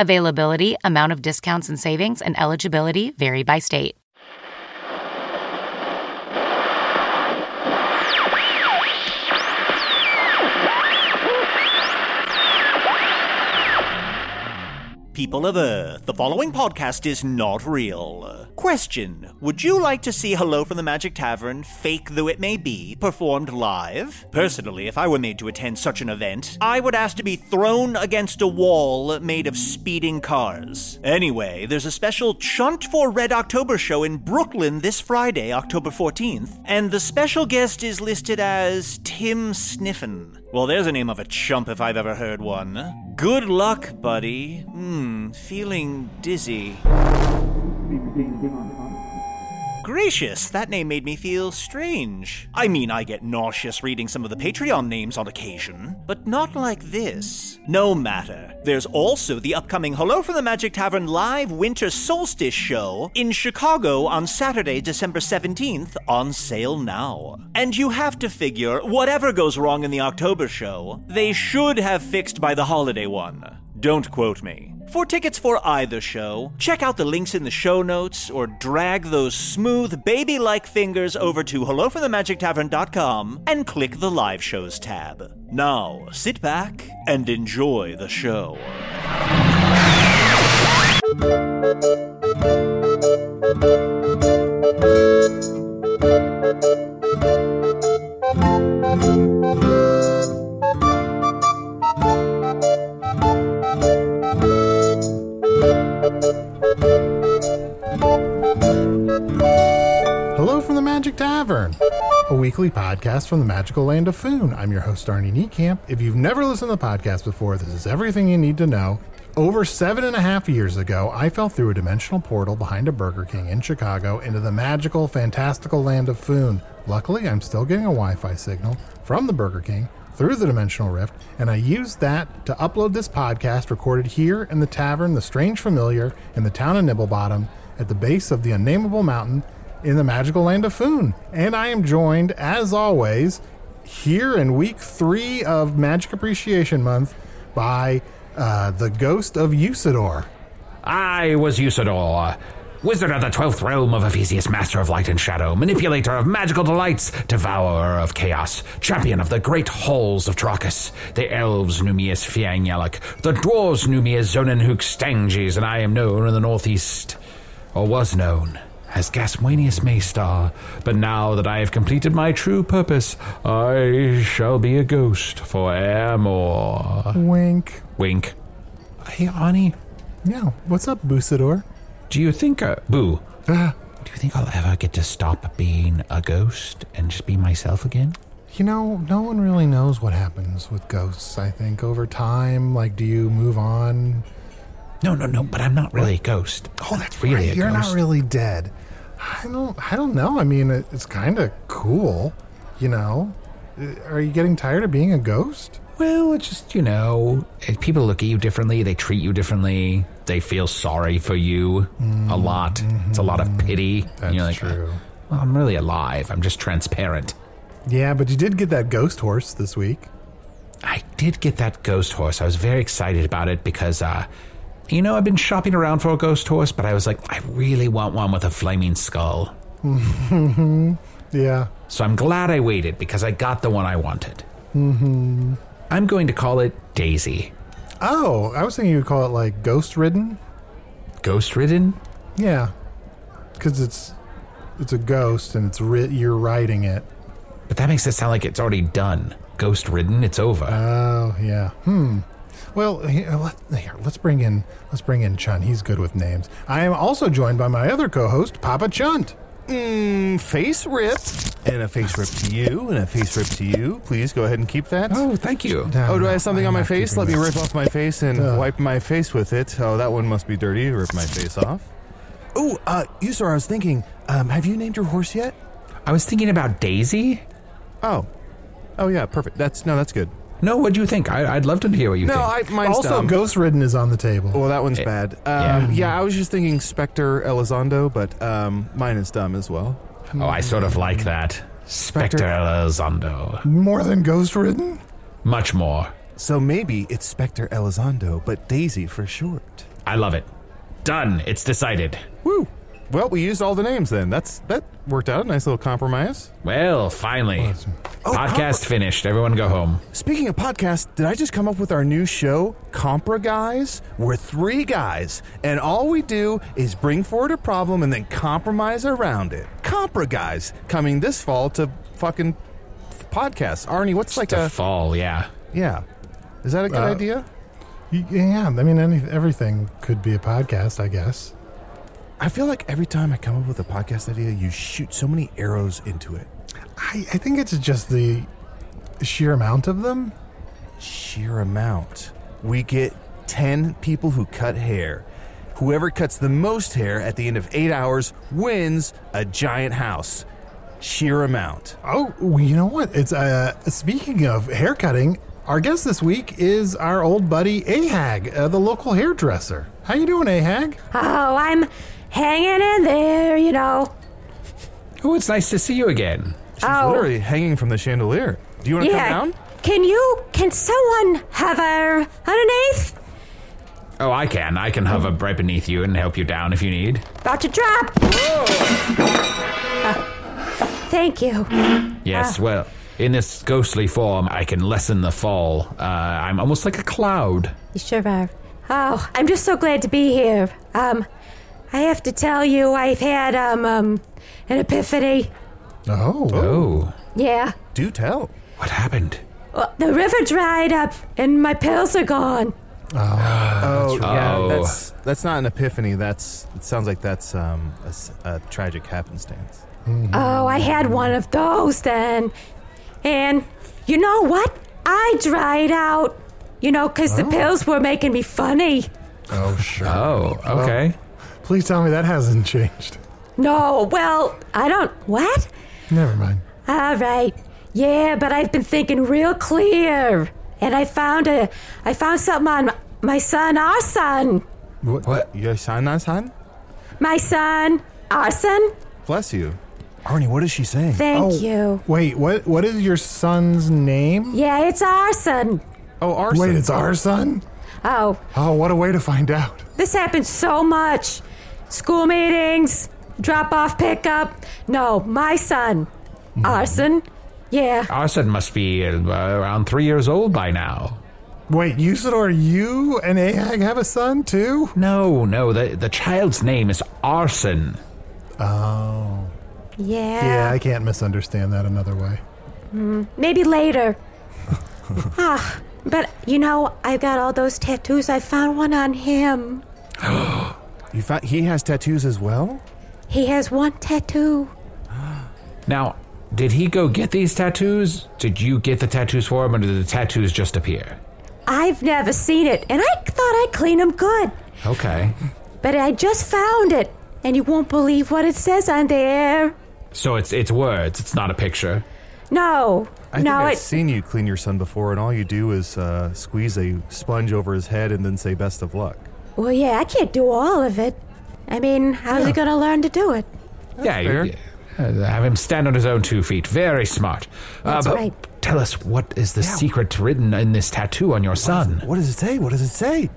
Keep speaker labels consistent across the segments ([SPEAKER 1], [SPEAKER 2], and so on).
[SPEAKER 1] Availability, amount of discounts and savings, and eligibility vary by state.
[SPEAKER 2] People of Earth, the following podcast is not real. Question Would you like to see Hello from the Magic Tavern, fake though it may be, performed live? Personally, if I were made to attend such an event, I would ask to be thrown against a wall made of speeding cars. Anyway, there's a special Chunt for Red October show in Brooklyn this Friday, October 14th, and the special guest is listed as Tim Sniffin. Well, there's a name of a chump if I've ever heard one. Good luck, buddy. Hmm, feeling dizzy. Gracious, that name made me feel strange. I mean, I get nauseous reading some of the Patreon names on occasion, but not like this. No matter. There's also the upcoming Hello from the Magic Tavern live winter solstice show in Chicago on Saturday, December 17th, on sale now. And you have to figure, whatever goes wrong in the October show, they should have fixed by the holiday one. Don't quote me. For tickets for either show, check out the links in the show notes or drag those smooth baby like fingers over to hellofromthemagictavern.com and click the live shows tab. Now, sit back and enjoy the show.
[SPEAKER 3] Hello from the Magic Tavern, a weekly podcast from the magical land of Foon. I'm your host, Arnie Niekamp. If you've never listened to the podcast before, this is everything you need to know. Over seven and a half years ago, I fell through a dimensional portal behind a Burger King in Chicago into the magical, fantastical land of Foon. Luckily, I'm still getting a Wi Fi signal from the Burger King through the dimensional rift, and I used that to upload this podcast recorded here in the tavern, The Strange Familiar, in the town of Nibblebottom, at the base of the unnameable mountain in the magical land of Foon. And I am joined, as always, here in week three of Magic Appreciation Month by uh, the ghost of Usador.
[SPEAKER 4] I was Usador, wizard of the twelfth realm of Ephesius, master of light and shadow, manipulator of magical delights, devourer of chaos, champion of the great halls of Trachis. The elves knew me as Fiang Yalak, the dwarves knew me as Zonenhook Stanges, and I am known in the northeast, or was known. As Gaswanius Maystar, but now that I have completed my true purpose, I shall be a ghost forevermore.
[SPEAKER 3] Wink.
[SPEAKER 4] Wink. Hey, Ani,
[SPEAKER 3] Yeah, what's up, Busador?
[SPEAKER 4] do you think, uh, Boo, do you think I'll ever get to stop being a ghost and just be myself again?
[SPEAKER 3] You know, no one really knows what happens with ghosts, I think, over time. Like, do you move on?
[SPEAKER 4] No, no, no, but I'm not really a ghost. Oh, that's really a
[SPEAKER 3] You're
[SPEAKER 4] ghost.
[SPEAKER 3] not really dead. I don't I don't know. I mean, it, it's kind of cool, you know. Uh, Are you getting tired of being a ghost?
[SPEAKER 4] Well, it's just, you know, if people look at you differently, they treat you differently, they feel sorry for you a lot. It's a lot of pity.
[SPEAKER 5] That's
[SPEAKER 4] You're like,
[SPEAKER 5] true.
[SPEAKER 4] Well, I'm really alive. I'm just transparent.
[SPEAKER 5] Yeah, but you did get that ghost horse this week.
[SPEAKER 4] I did get that ghost horse. I was very excited about it because, uh, you know, I've been shopping around for a ghost horse, but I was like, I really want one with a flaming skull.
[SPEAKER 5] mm-hmm, Yeah.
[SPEAKER 4] So I'm glad I waited because I got the one I wanted. Mm-hmm. I'm going to call it Daisy.
[SPEAKER 5] Oh, I was thinking you would call it like ghost ridden.
[SPEAKER 4] Ghost ridden?
[SPEAKER 5] Yeah, because it's it's a ghost and it's ri- you're riding it.
[SPEAKER 4] But that makes it sound like it's already done. Ghost ridden, it's over.
[SPEAKER 5] Oh yeah. Hmm. Well, here, let, here, let's bring in let's bring in Chun. He's good with names. I am also joined by my other co-host, Papa Chunt.
[SPEAKER 3] Mm, face rip. And a face rip to you, and a face rip to you. Please go ahead and keep that.
[SPEAKER 4] oh, thank you.
[SPEAKER 3] Oh, do I
[SPEAKER 5] no,
[SPEAKER 3] have something
[SPEAKER 5] I'm
[SPEAKER 3] on my
[SPEAKER 5] not
[SPEAKER 3] face?
[SPEAKER 5] keeping
[SPEAKER 3] Let me
[SPEAKER 5] that.
[SPEAKER 3] rip off my face and wipe my face with it. Oh, that one must be dirty. Rip my face off. Oh, uh, Usar, I was thinking, um, have you named your horse yet?
[SPEAKER 4] I was thinking about Daisy.
[SPEAKER 3] Oh. Oh, yeah, perfect. That's, no, that's good.
[SPEAKER 4] No, what do you think? I, I'd love to hear what you
[SPEAKER 3] No,
[SPEAKER 4] think.
[SPEAKER 3] I, mine's
[SPEAKER 5] Also,
[SPEAKER 3] dumb.
[SPEAKER 5] ghost ridden is on the table.
[SPEAKER 3] Well, that one's
[SPEAKER 4] Eh,
[SPEAKER 3] bad. Um,
[SPEAKER 4] yeah.
[SPEAKER 3] yeah. I was just thinking Spectre Elizondo, but um, mine is dumb as well.
[SPEAKER 4] oh, I sort of like that. Spectre Elizondo.
[SPEAKER 5] More than ghost ridden.
[SPEAKER 4] Much more.
[SPEAKER 3] So maybe it's Spectre Elizondo, but Daisy for short.
[SPEAKER 4] I love it. Done. It's decided.
[SPEAKER 3] Woo! Well, we used all the names then. That's that worked out. Nice little compromise.
[SPEAKER 4] Well, finally.
[SPEAKER 3] Oh,
[SPEAKER 4] Podcast finished. Everyone go home.
[SPEAKER 3] Speaking of podcasts, did I just come up with our new show, Compra Guys? We're three guys, and all we do is bring forward a problem and then compromise around it. Compra Guys coming this fall to fucking f- podcasts. Arnie, what's like
[SPEAKER 4] to
[SPEAKER 3] a
[SPEAKER 4] fall, yeah.
[SPEAKER 3] yeah? Is that a good
[SPEAKER 5] Uh,
[SPEAKER 3] idea?
[SPEAKER 5] Y- Yeah, I mean, any, everything could be a podcast, I guess.
[SPEAKER 3] I feel like every time I come up with a podcast idea, you shoot so many arrows into it.
[SPEAKER 5] I, I think it's just the sheer amount of them.
[SPEAKER 3] sheer amount. We get 10 people who cut hair. Whoever cuts the most hair at the end of eight hours wins a giant house. Sheer amount.
[SPEAKER 5] Oh, well, you know what? It's uh, speaking of haircutting. Our guest this week is our old buddy Ahag, uh, the local hairdresser. How you doing, Ahag?
[SPEAKER 6] Oh, I'm hanging in there, you know.
[SPEAKER 4] Oh, it's nice to see you again.
[SPEAKER 3] She's
[SPEAKER 6] Oh.
[SPEAKER 3] literally hanging from the chandelier. Do you want to come down?
[SPEAKER 6] Can you? Can someone hover underneath?
[SPEAKER 4] Oh, I can. I can hover right beneath you and help you down if you need.
[SPEAKER 6] About to drop. Ah, thank you. Ah,
[SPEAKER 3] Ah.
[SPEAKER 4] Yes, well, in this ghostly form, I can lessen the fall. Uh, I'm almost like a cloud.
[SPEAKER 6] You sure are. Oh, I'm just so glad to be here. Um, I have to tell you, I've had um, um an epiphany.
[SPEAKER 5] Oh,
[SPEAKER 4] Oh,
[SPEAKER 6] Yeah.
[SPEAKER 3] Do tell.
[SPEAKER 4] what happened?
[SPEAKER 6] Well, the river dried up, and my pills are gone.
[SPEAKER 4] Ah,
[SPEAKER 3] Oh, yeah.
[SPEAKER 4] Oh.
[SPEAKER 3] That's that's not an epiphany. That's it sounds like that's um, a, s- a tragic happenstance.
[SPEAKER 6] Oh, I had one of those then. And you know what? I dried out. You know, 'cause
[SPEAKER 3] Oh.
[SPEAKER 6] the pills were making me funny.
[SPEAKER 5] oh, sure.
[SPEAKER 4] Oh, okay.
[SPEAKER 5] Please tell me that hasn't changed.
[SPEAKER 6] No, well, I don't. What?
[SPEAKER 5] Never mind.
[SPEAKER 6] All right. Yeah, but I've been thinking real clear. And I found a. I found something on my son, our son.
[SPEAKER 4] What?
[SPEAKER 3] Your son, our son?
[SPEAKER 6] My son, our son?
[SPEAKER 3] Bless you. Arnie, what is she saying?
[SPEAKER 6] Thank
[SPEAKER 5] Oh,
[SPEAKER 6] you.
[SPEAKER 5] Wait, what? What is your son's name?
[SPEAKER 6] Yeah, it's our son.
[SPEAKER 3] oh, our son.
[SPEAKER 5] Wait, it's our son.
[SPEAKER 6] Oh,
[SPEAKER 5] Oh, what a way to find out.
[SPEAKER 6] This happens so much. School meetings, drop off, pick up. No, my son.
[SPEAKER 3] Mm-hmm.
[SPEAKER 6] Arson? Yeah.
[SPEAKER 4] Our son must be uh, around three years old by now.
[SPEAKER 5] Wait, Usador, you and Ahag have a son too?
[SPEAKER 4] No, no, the, the child's name is Arson.
[SPEAKER 5] Oh.
[SPEAKER 6] Yeah.
[SPEAKER 5] Yeah, I can't misunderstand that another way.
[SPEAKER 6] Mm-hmm. Maybe later. ah, but you know, I got all those tattoos. I found one on him.
[SPEAKER 7] 어.
[SPEAKER 3] You found, he has tattoos as well?
[SPEAKER 6] He has one tattoo.
[SPEAKER 4] Now, did he go get these tattoos? Did you get the tattoos for him, or did the tattoos just appear?
[SPEAKER 6] I've never seen it, and I thought I'd clean him good.
[SPEAKER 4] Okay.
[SPEAKER 6] But I just found it, and you won't believe what it says on there.
[SPEAKER 4] Oh, So it's it's words. It's not a picture.
[SPEAKER 6] No,
[SPEAKER 3] I
[SPEAKER 6] No,
[SPEAKER 3] think I've
[SPEAKER 6] it-
[SPEAKER 3] seen you clean your son before, and all you do is uh, squeeze a sponge over his head and then say best of luck.
[SPEAKER 6] Well, yeah, I can't do all of it. I mean, how's he gonna learn to do it?
[SPEAKER 4] yeah, you- uh, have him stand on his own two feet. Very smart. Uh,
[SPEAKER 6] That's
[SPEAKER 4] but
[SPEAKER 6] right.
[SPEAKER 4] Tell us what is the secret written in this tattoo on your son?
[SPEAKER 3] What does it say? What does it say?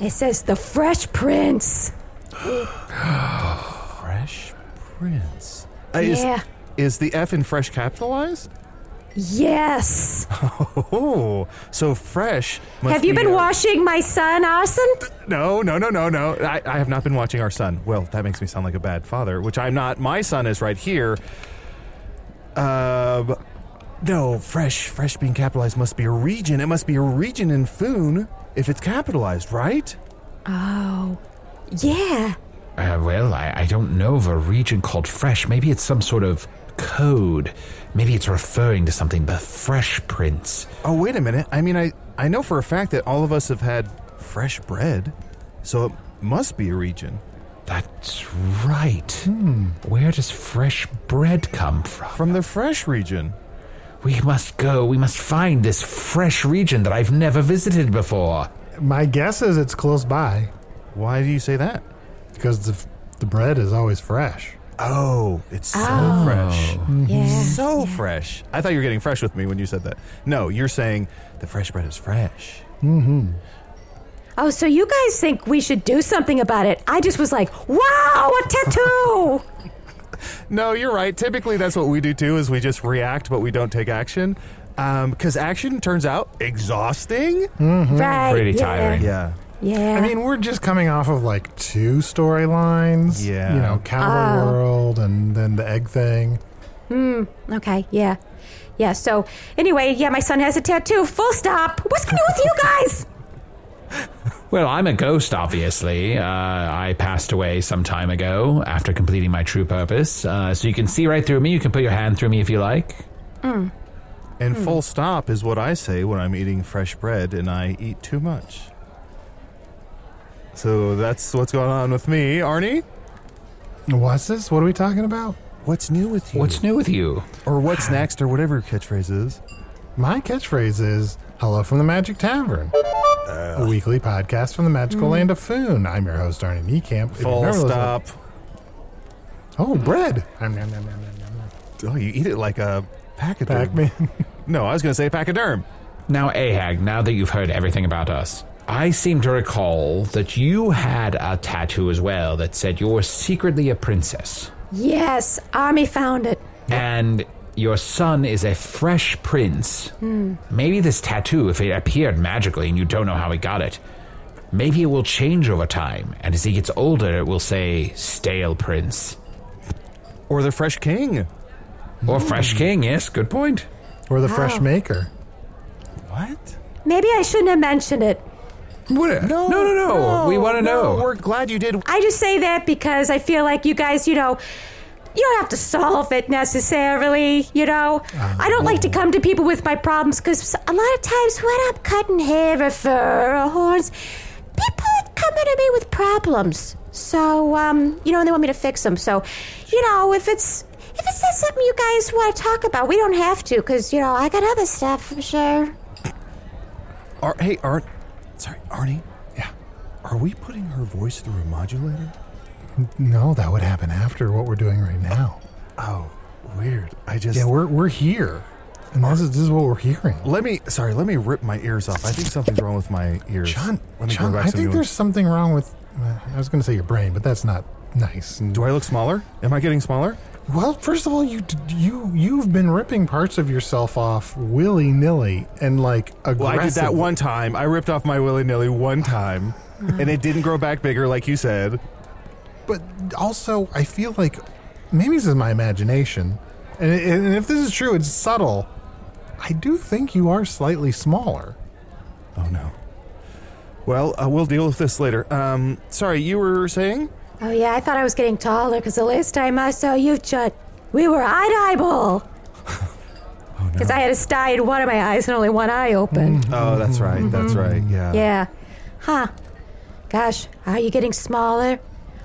[SPEAKER 6] It says the Fresh Prince.
[SPEAKER 3] Fresh Prince. Uh, is-
[SPEAKER 6] Yeah.
[SPEAKER 3] Is, the F in fresh capitalized?
[SPEAKER 6] Yes.
[SPEAKER 3] Oh, so fresh. Must
[SPEAKER 6] Have you
[SPEAKER 3] be,
[SPEAKER 6] been
[SPEAKER 3] uh,
[SPEAKER 6] washing my son, Arson?
[SPEAKER 3] No, no, no, no, no. I, I have not been watching our son. Well, that makes me sound like a bad father, which I'm not. My son is right here. Um, no, fresh, fresh being capitalized must be a region. It must be a region in Foon if it's capitalized, right? Oh.
[SPEAKER 6] Yeah.
[SPEAKER 4] Uh, well, I, I don't know of a region called Fresh. Maybe it's some sort of code. Maybe it's referring to something, but Fresh Prince.
[SPEAKER 3] Oh, wait a minute. I mean, I I know for a fact that all of us have had fresh bread, so it must be a region Hmm.
[SPEAKER 4] That's right. Where does fresh bread come from?
[SPEAKER 3] from the fresh region.
[SPEAKER 4] We must go. We must find this fresh region that I've never visited before.
[SPEAKER 5] My guess is it's close by
[SPEAKER 3] Why do you say that?
[SPEAKER 5] because the, the bread is always fresh.
[SPEAKER 3] Oh, it's so fresh.
[SPEAKER 6] Mm-hmm. Yeah.
[SPEAKER 3] So fresh. I thought you were getting fresh with me when you said that. No, you're saying the fresh bread is fresh.
[SPEAKER 5] Mm-hmm.
[SPEAKER 6] Oh, so you guys think we should do something about it? I just was like, wow, a tattoo!
[SPEAKER 3] No, you're right. Typically, that's what we do too. Is we just react, but we don't take action. Because action turns out exhausting.
[SPEAKER 5] Mm-hmm.
[SPEAKER 6] right.
[SPEAKER 4] Pretty
[SPEAKER 6] yeah,
[SPEAKER 4] tiring.
[SPEAKER 3] Yeah.
[SPEAKER 6] Yeah.
[SPEAKER 5] I mean, we're just coming off of like two storylines.
[SPEAKER 3] Yeah.
[SPEAKER 5] You know, Cowboy World and then the egg thing.
[SPEAKER 6] Hmm, okay, yeah. Yeah, so anyway, yeah, my son has a tattoo. Full stop. What's going on with you guys?
[SPEAKER 4] Well, I'm a ghost, obviously. Uh, I passed away some time ago after completing my true purpose. Uh, so you can see right through me. You can put your hand through me if you like.
[SPEAKER 3] And
[SPEAKER 4] Hmm.
[SPEAKER 3] full stop is what I say when I'm eating fresh bread and I eat too much. So that's what's going on with me, Arnie.
[SPEAKER 5] What's this? What are we talking about?
[SPEAKER 3] What's new with you?
[SPEAKER 4] What's new with you?
[SPEAKER 3] or what's next or whatever your catchphrase is.
[SPEAKER 5] My catchphrase is Hello from the Magic Tavern,
[SPEAKER 3] Uh.
[SPEAKER 5] a weekly podcast from the
[SPEAKER 4] Hmm.
[SPEAKER 5] magical land of Foon. I'm your host, Arnie Niekamp. If you've
[SPEAKER 3] Full
[SPEAKER 5] never listened-
[SPEAKER 3] stop.
[SPEAKER 5] Oh, bread. Nom, nom, nom, nom, nom, nom.
[SPEAKER 3] Oh, you eat it like a pachyderm.
[SPEAKER 5] Pac Man.
[SPEAKER 3] No, I was going to say pachyderm.
[SPEAKER 4] Now, Ahag, now that you've heard everything about us, I seem to recall that you had a tattoo as well that said you were secretly a princess.
[SPEAKER 6] Yes, Army found it.
[SPEAKER 4] and your son is a fresh prince.
[SPEAKER 6] Hmm.
[SPEAKER 4] Maybe this tattoo, if it appeared magically and you don't know how he got it, maybe it will change over time. And as he gets older, it will say stale prince
[SPEAKER 3] Or the fresh king.
[SPEAKER 4] or fresh king. Yes, good point.
[SPEAKER 5] Hmm. Or the Fresh Maker.
[SPEAKER 3] What?
[SPEAKER 6] Maybe I shouldn't have mentioned it.
[SPEAKER 4] What? No, no, no, no. We want to
[SPEAKER 3] no,
[SPEAKER 4] know.
[SPEAKER 3] We're glad you did.
[SPEAKER 6] I just say that because I feel like you guys, you know, you don't have to solve it necessarily, you know.
[SPEAKER 4] Uh,
[SPEAKER 6] I don't like to come to people with my problems because a lot of times when I'm cutting hair or fur or horns, people are coming to me with problems. So, um, you know, and they want me to fix them. So, you know, if it's if it's not something you guys want to talk about, we don't have to because you know I got other stuff. I'm sure.
[SPEAKER 3] Ar- hey, Arn. Sorry, Arnie. Yeah. Are we putting her voice through a modulator?
[SPEAKER 5] No, that would happen after what we're doing right now.
[SPEAKER 3] Oh, weird. I just.
[SPEAKER 5] Yeah, we're, we're here. And this is, this is what we're hearing.
[SPEAKER 3] let me. Sorry, let me rip my ears off. I think something's wrong with my ears.
[SPEAKER 5] John,
[SPEAKER 3] let me
[SPEAKER 5] John
[SPEAKER 3] go back
[SPEAKER 5] I
[SPEAKER 3] to
[SPEAKER 5] think
[SPEAKER 3] the
[SPEAKER 5] there's something wrong with. uh, I was going to say your brain, but that's not nice.
[SPEAKER 3] Do I look smaller? Am I getting smaller?
[SPEAKER 5] Well, first of all, you d- you you've been ripping parts of yourself off willy nilly and like aggressive.
[SPEAKER 3] Well, I did that one time. I ripped off my willy nilly one time, and it didn't grow back bigger, like you
[SPEAKER 5] Ah.
[SPEAKER 3] said.
[SPEAKER 5] but also I feel like maybe this is my imagination, and, and if this is true, it's subtle. I do think you are slightly smaller.
[SPEAKER 3] Oh no. Well, uh, we'll deal with this later. Um, sorry, you were saying?
[SPEAKER 6] Oh yeah, I thought I was getting taller because the last time I saw you, Chut, we were eye to
[SPEAKER 3] Oh,
[SPEAKER 6] eyeball. Because I had a sty in one of my eyes and only one eye open.
[SPEAKER 3] Oh,
[SPEAKER 5] Mm-hmm.
[SPEAKER 3] that's right. That's right. Yeah.
[SPEAKER 6] Yeah. Huh. Gosh, are you getting smaller?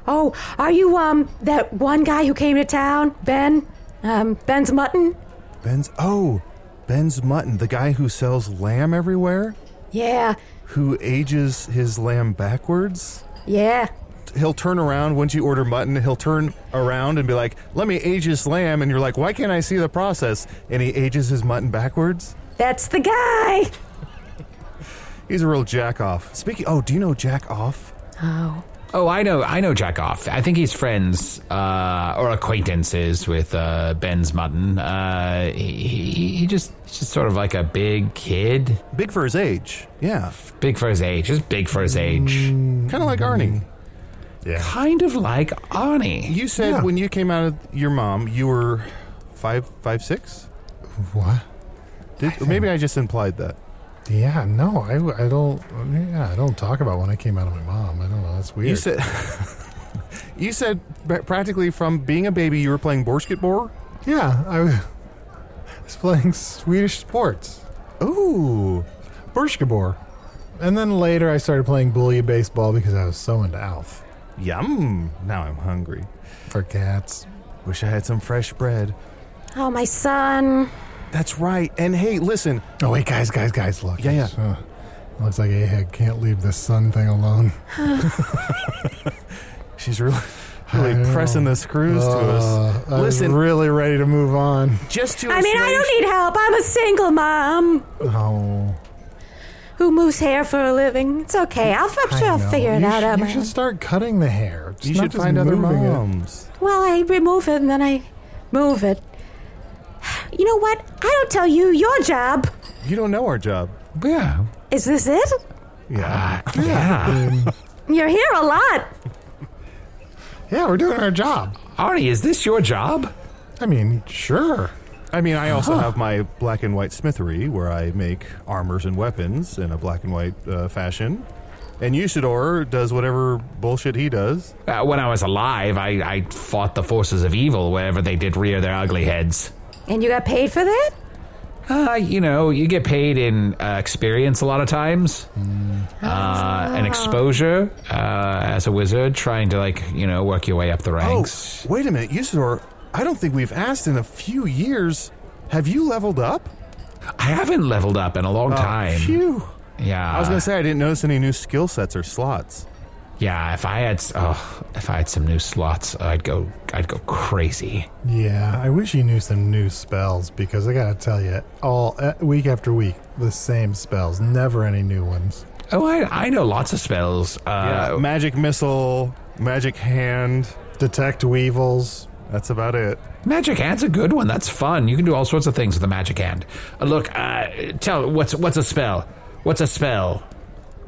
[SPEAKER 6] Oh, are you um that one guy who came to town, Ben? Um, Ben's mutton.
[SPEAKER 3] Ben's. Oh, Ben's Mutton, the guy who sells lamb everywhere,
[SPEAKER 6] Yeah,
[SPEAKER 3] who ages his lamb backwards.
[SPEAKER 6] yeah.
[SPEAKER 3] He'll turn around once you order mutton. He'll turn around and be like, "Let me age this lamb," and you're like, "Why can't I see the process?" And he ages his mutton backwards.
[SPEAKER 6] That's the guy.
[SPEAKER 3] He's a real jack off. Speaking, oh, do you know jack off?
[SPEAKER 6] Oh.
[SPEAKER 4] Oh, I know, I know Jack Off. I think he's friends uh, or acquaintances with uh, Ben's Mutton. Uh, he, he, he just he's just sort of like a big kid,
[SPEAKER 3] Big for his age. Yeah,
[SPEAKER 4] big for his age, just big for his age,
[SPEAKER 5] Mm-hmm.
[SPEAKER 3] kind of like Arnie.
[SPEAKER 4] kind of like Arnie.
[SPEAKER 3] You said
[SPEAKER 5] Yeah.
[SPEAKER 3] when you came out of your mom, you were five, five, six.
[SPEAKER 5] What?
[SPEAKER 3] Did, maybe I just implied that.
[SPEAKER 5] Yeah, no, I, w- I don't. Yeah, I don't talk about when I came out of my mom. I don't know. That's weird.
[SPEAKER 3] You said you said pra- practically from being a baby you were playing basketball.
[SPEAKER 5] yeah, I w- was playing Swedish sports,
[SPEAKER 3] Ooh,
[SPEAKER 5] Borskabor, and then later I started playing bully baseball because I was so into Alf
[SPEAKER 3] yum! Now I'm hungry.
[SPEAKER 5] for cats.
[SPEAKER 3] Wish I had some fresh bread.
[SPEAKER 6] Oh, my son.
[SPEAKER 3] That's right. And hey, listen,
[SPEAKER 5] Oh wait, guys, guys, guys, look.
[SPEAKER 3] Yeah, yeah.
[SPEAKER 5] Uh, looks like Ahab can't leave this sun thing alone.
[SPEAKER 3] she's really really
[SPEAKER 5] I know. Uh,
[SPEAKER 3] pressing the screws to us.
[SPEAKER 5] I was
[SPEAKER 3] Listen,
[SPEAKER 5] really ready to move on.
[SPEAKER 3] just to
[SPEAKER 6] I mean, I
[SPEAKER 3] assuage-
[SPEAKER 6] don't need help. I'm a single mom
[SPEAKER 5] Oh,
[SPEAKER 6] who moves hair for a living. It's okay. I'll, I'm
[SPEAKER 5] I
[SPEAKER 6] sure I'll
[SPEAKER 5] know.
[SPEAKER 6] figure it
[SPEAKER 5] You
[SPEAKER 6] out
[SPEAKER 5] sh-
[SPEAKER 6] on
[SPEAKER 5] You
[SPEAKER 6] my own.
[SPEAKER 5] should start cutting the hair. It's
[SPEAKER 3] You
[SPEAKER 5] not
[SPEAKER 3] should
[SPEAKER 5] just
[SPEAKER 3] find other
[SPEAKER 5] moving it.
[SPEAKER 3] moms.
[SPEAKER 6] Well, I remove it and then I move it. You know what? I don't tell you your job.
[SPEAKER 3] You don't know our job.
[SPEAKER 4] Yeah,
[SPEAKER 6] Is this it?
[SPEAKER 3] Yeah.
[SPEAKER 4] yeah.
[SPEAKER 6] You're here a lot.
[SPEAKER 5] Yeah, we're doing our job.
[SPEAKER 4] Arnie, is this your job?
[SPEAKER 5] I mean, sure.
[SPEAKER 3] I mean, I also have my black and white smithery where I make armors and weapons in a black and white uh, fashion. And Usador does whatever bullshit he does.
[SPEAKER 4] Uh, when I was alive, I, I fought the forces of evil wherever they did rear their ugly heads.
[SPEAKER 6] And you got paid for that?
[SPEAKER 4] Uh, you know, you get paid in uh, experience a lot of times,
[SPEAKER 6] Mm.
[SPEAKER 4] uh,
[SPEAKER 6] Ah.
[SPEAKER 4] and exposure uh, as a wizard, trying to like you know work your way up the ranks.
[SPEAKER 3] Oh, wait a minute, Usador. I don't think we've asked in a few years. Have you leveled up? Uh,
[SPEAKER 4] I haven't leveled up in a long time. Uh,
[SPEAKER 3] Phew.
[SPEAKER 4] Yeah,
[SPEAKER 3] I was gonna say I didn't notice any new skill sets or slots.
[SPEAKER 4] yeah. If I had, s- oh, if I had some new slots, I'd go, I'd go crazy.
[SPEAKER 5] Yeah, I wish you knew some new spells because I gotta tell you, all uh, week after week, the same spells, never any new ones.
[SPEAKER 4] Oh, I, I know lots of spells. Uh,
[SPEAKER 3] magic missile, magic hand.
[SPEAKER 5] Detect weevils.
[SPEAKER 3] That's about it.
[SPEAKER 4] Magic hand's a good one. That's fun. You can do all sorts of things with a magic hand. Uh, look, uh, tell what's what's a spell? What's a spell?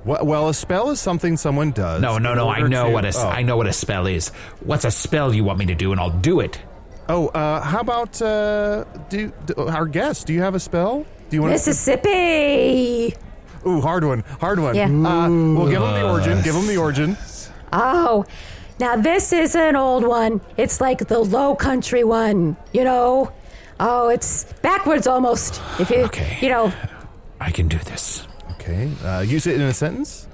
[SPEAKER 3] Wha- Well, a spell is something someone does.
[SPEAKER 4] No, no,
[SPEAKER 3] in
[SPEAKER 4] no. I
[SPEAKER 3] order
[SPEAKER 4] know
[SPEAKER 3] to-
[SPEAKER 4] what a s
[SPEAKER 3] oh.
[SPEAKER 4] I know what a spell is. What's a spell you want me to do, and I'll do it.
[SPEAKER 3] Oh, uh, how about uh, do, do our guest? Do you have a spell? Do you want
[SPEAKER 6] Mississippi.
[SPEAKER 3] to? Ooh, hard one, hard one.
[SPEAKER 6] Yeah.
[SPEAKER 3] Uh, well, give him the origin. Give him the origin.
[SPEAKER 6] Oh, now this is an old one. It's like the low country one, you know? Oh, it's backwards almost. If you,
[SPEAKER 4] Okay.
[SPEAKER 6] you know,
[SPEAKER 4] I can do this.
[SPEAKER 3] Okay. Uh, use it in a sentence,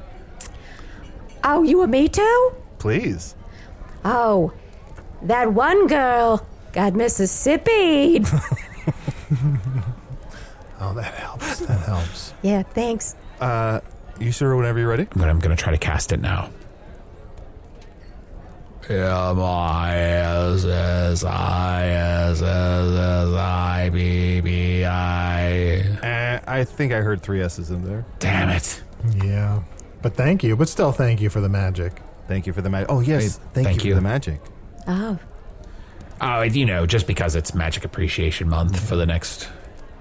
[SPEAKER 6] oh, you and me too?
[SPEAKER 3] please.
[SPEAKER 6] Oh, that one girl got Mississippi.
[SPEAKER 5] Oh, that helps. Uh, That helps.
[SPEAKER 6] yeah, thanks.
[SPEAKER 3] You sir, whenever you're ready.
[SPEAKER 4] But I'm gonna try to cast it now. Am I as as I as as as I b b i?
[SPEAKER 3] Uh, I think I heard three S's in there.
[SPEAKER 4] Damn it!
[SPEAKER 5] Yeah, but thank you. But still, thank you for the magic.
[SPEAKER 3] Thank you for the magic. Oh yes,
[SPEAKER 4] Hey,
[SPEAKER 3] thank,
[SPEAKER 4] thank
[SPEAKER 3] you,
[SPEAKER 4] you.
[SPEAKER 3] for the magic.
[SPEAKER 6] Oh,
[SPEAKER 4] Oh, you know, just because it's Magic Appreciation Month for the next,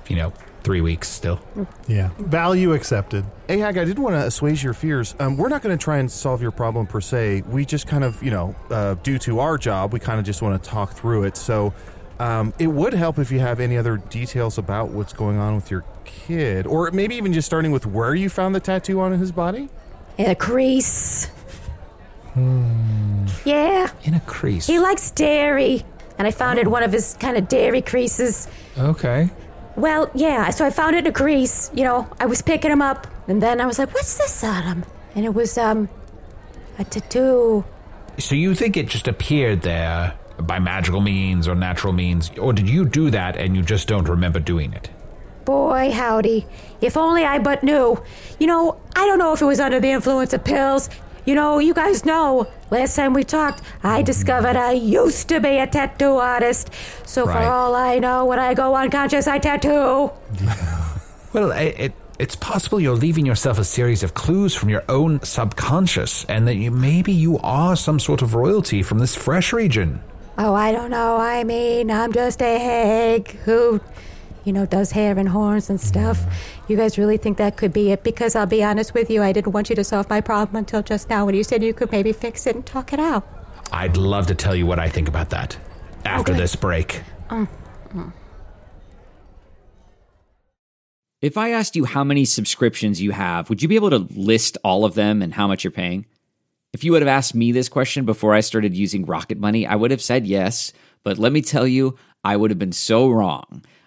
[SPEAKER 4] you know, three weeks still.
[SPEAKER 5] Yeah, value accepted.
[SPEAKER 3] Hey, Hag, I did want to assuage your fears. Um, we're not going to try and solve your problem per se. We just kind of, you know, uh, due to our job, we kind of just want to talk through it. So um, it would help if you have any other details about what's going on with your kid, or maybe even just starting with where you found the tattoo on his body.
[SPEAKER 6] in a crease. Yeah,
[SPEAKER 4] In a crease. Oh.
[SPEAKER 6] he likes dairy. And I found it one of his kind of dairy creases.
[SPEAKER 4] okay.
[SPEAKER 6] Well, yeah, so I found it in a crease. You know, I was picking him up, and then I was like, what's this on him? And it was, um, a tattoo.
[SPEAKER 4] So you think it just appeared there by magical means or natural means, or did you do that and you just don't remember doing it?
[SPEAKER 6] Boy, howdy. If only I but knew. You know, I don't know if it was under the influence of pills. You know, you guys know, last time we talked, I discovered I used to be a tattoo artist. So
[SPEAKER 4] Right.
[SPEAKER 6] for all I know, when I go unconscious, I tattoo.
[SPEAKER 4] Well, I, it, it's possible you're leaving yourself a series of clues from your own subconscious, and that you, maybe you are some sort of royalty from this fresh region.
[SPEAKER 6] Oh, I don't know. I mean, I'm just a hag who, you know, does hair and horns and stuff. You guys really think that could be it? Because I'll be honest with you, I didn't want you to solve my problem until just now when you said you could maybe fix it and talk it out.
[SPEAKER 4] I'd love to tell you what I think about that after
[SPEAKER 6] Okay.
[SPEAKER 4] this break.
[SPEAKER 8] If I asked you how many subscriptions you have, would you be able to list all of them and how much you're paying? If you would have asked me this question before I started using Rocket Money, I would have said yes. But let me tell you, I would have been so wrong.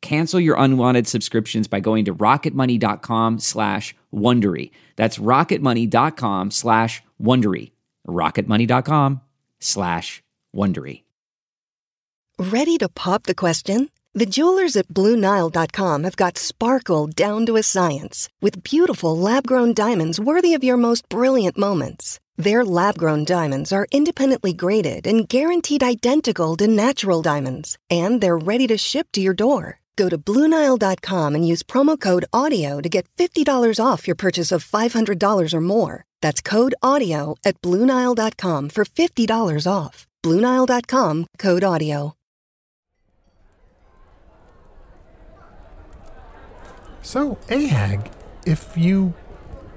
[SPEAKER 8] Cancel your unwanted subscriptions by going to rocketmoney.com slash Wondery. That's rocketmoney.com slash Wondery. rocketmoney.com slash Wondery.
[SPEAKER 7] Ready to pop the question? The jewelers at BlueNile.com have got sparkle down to a science with beautiful lab grown diamonds worthy of your most brilliant moments. Their lab grown diamonds are independently graded and guaranteed identical to natural diamonds, and they're ready to ship to your door. Go to BlueNile.com and use promo code AUDIO to get $50 off your purchase of $500 or more. That's code AUDIO at BlueNile.com for $50 off. BlueNile.com code AUDIO.
[SPEAKER 5] So, Ahag, if you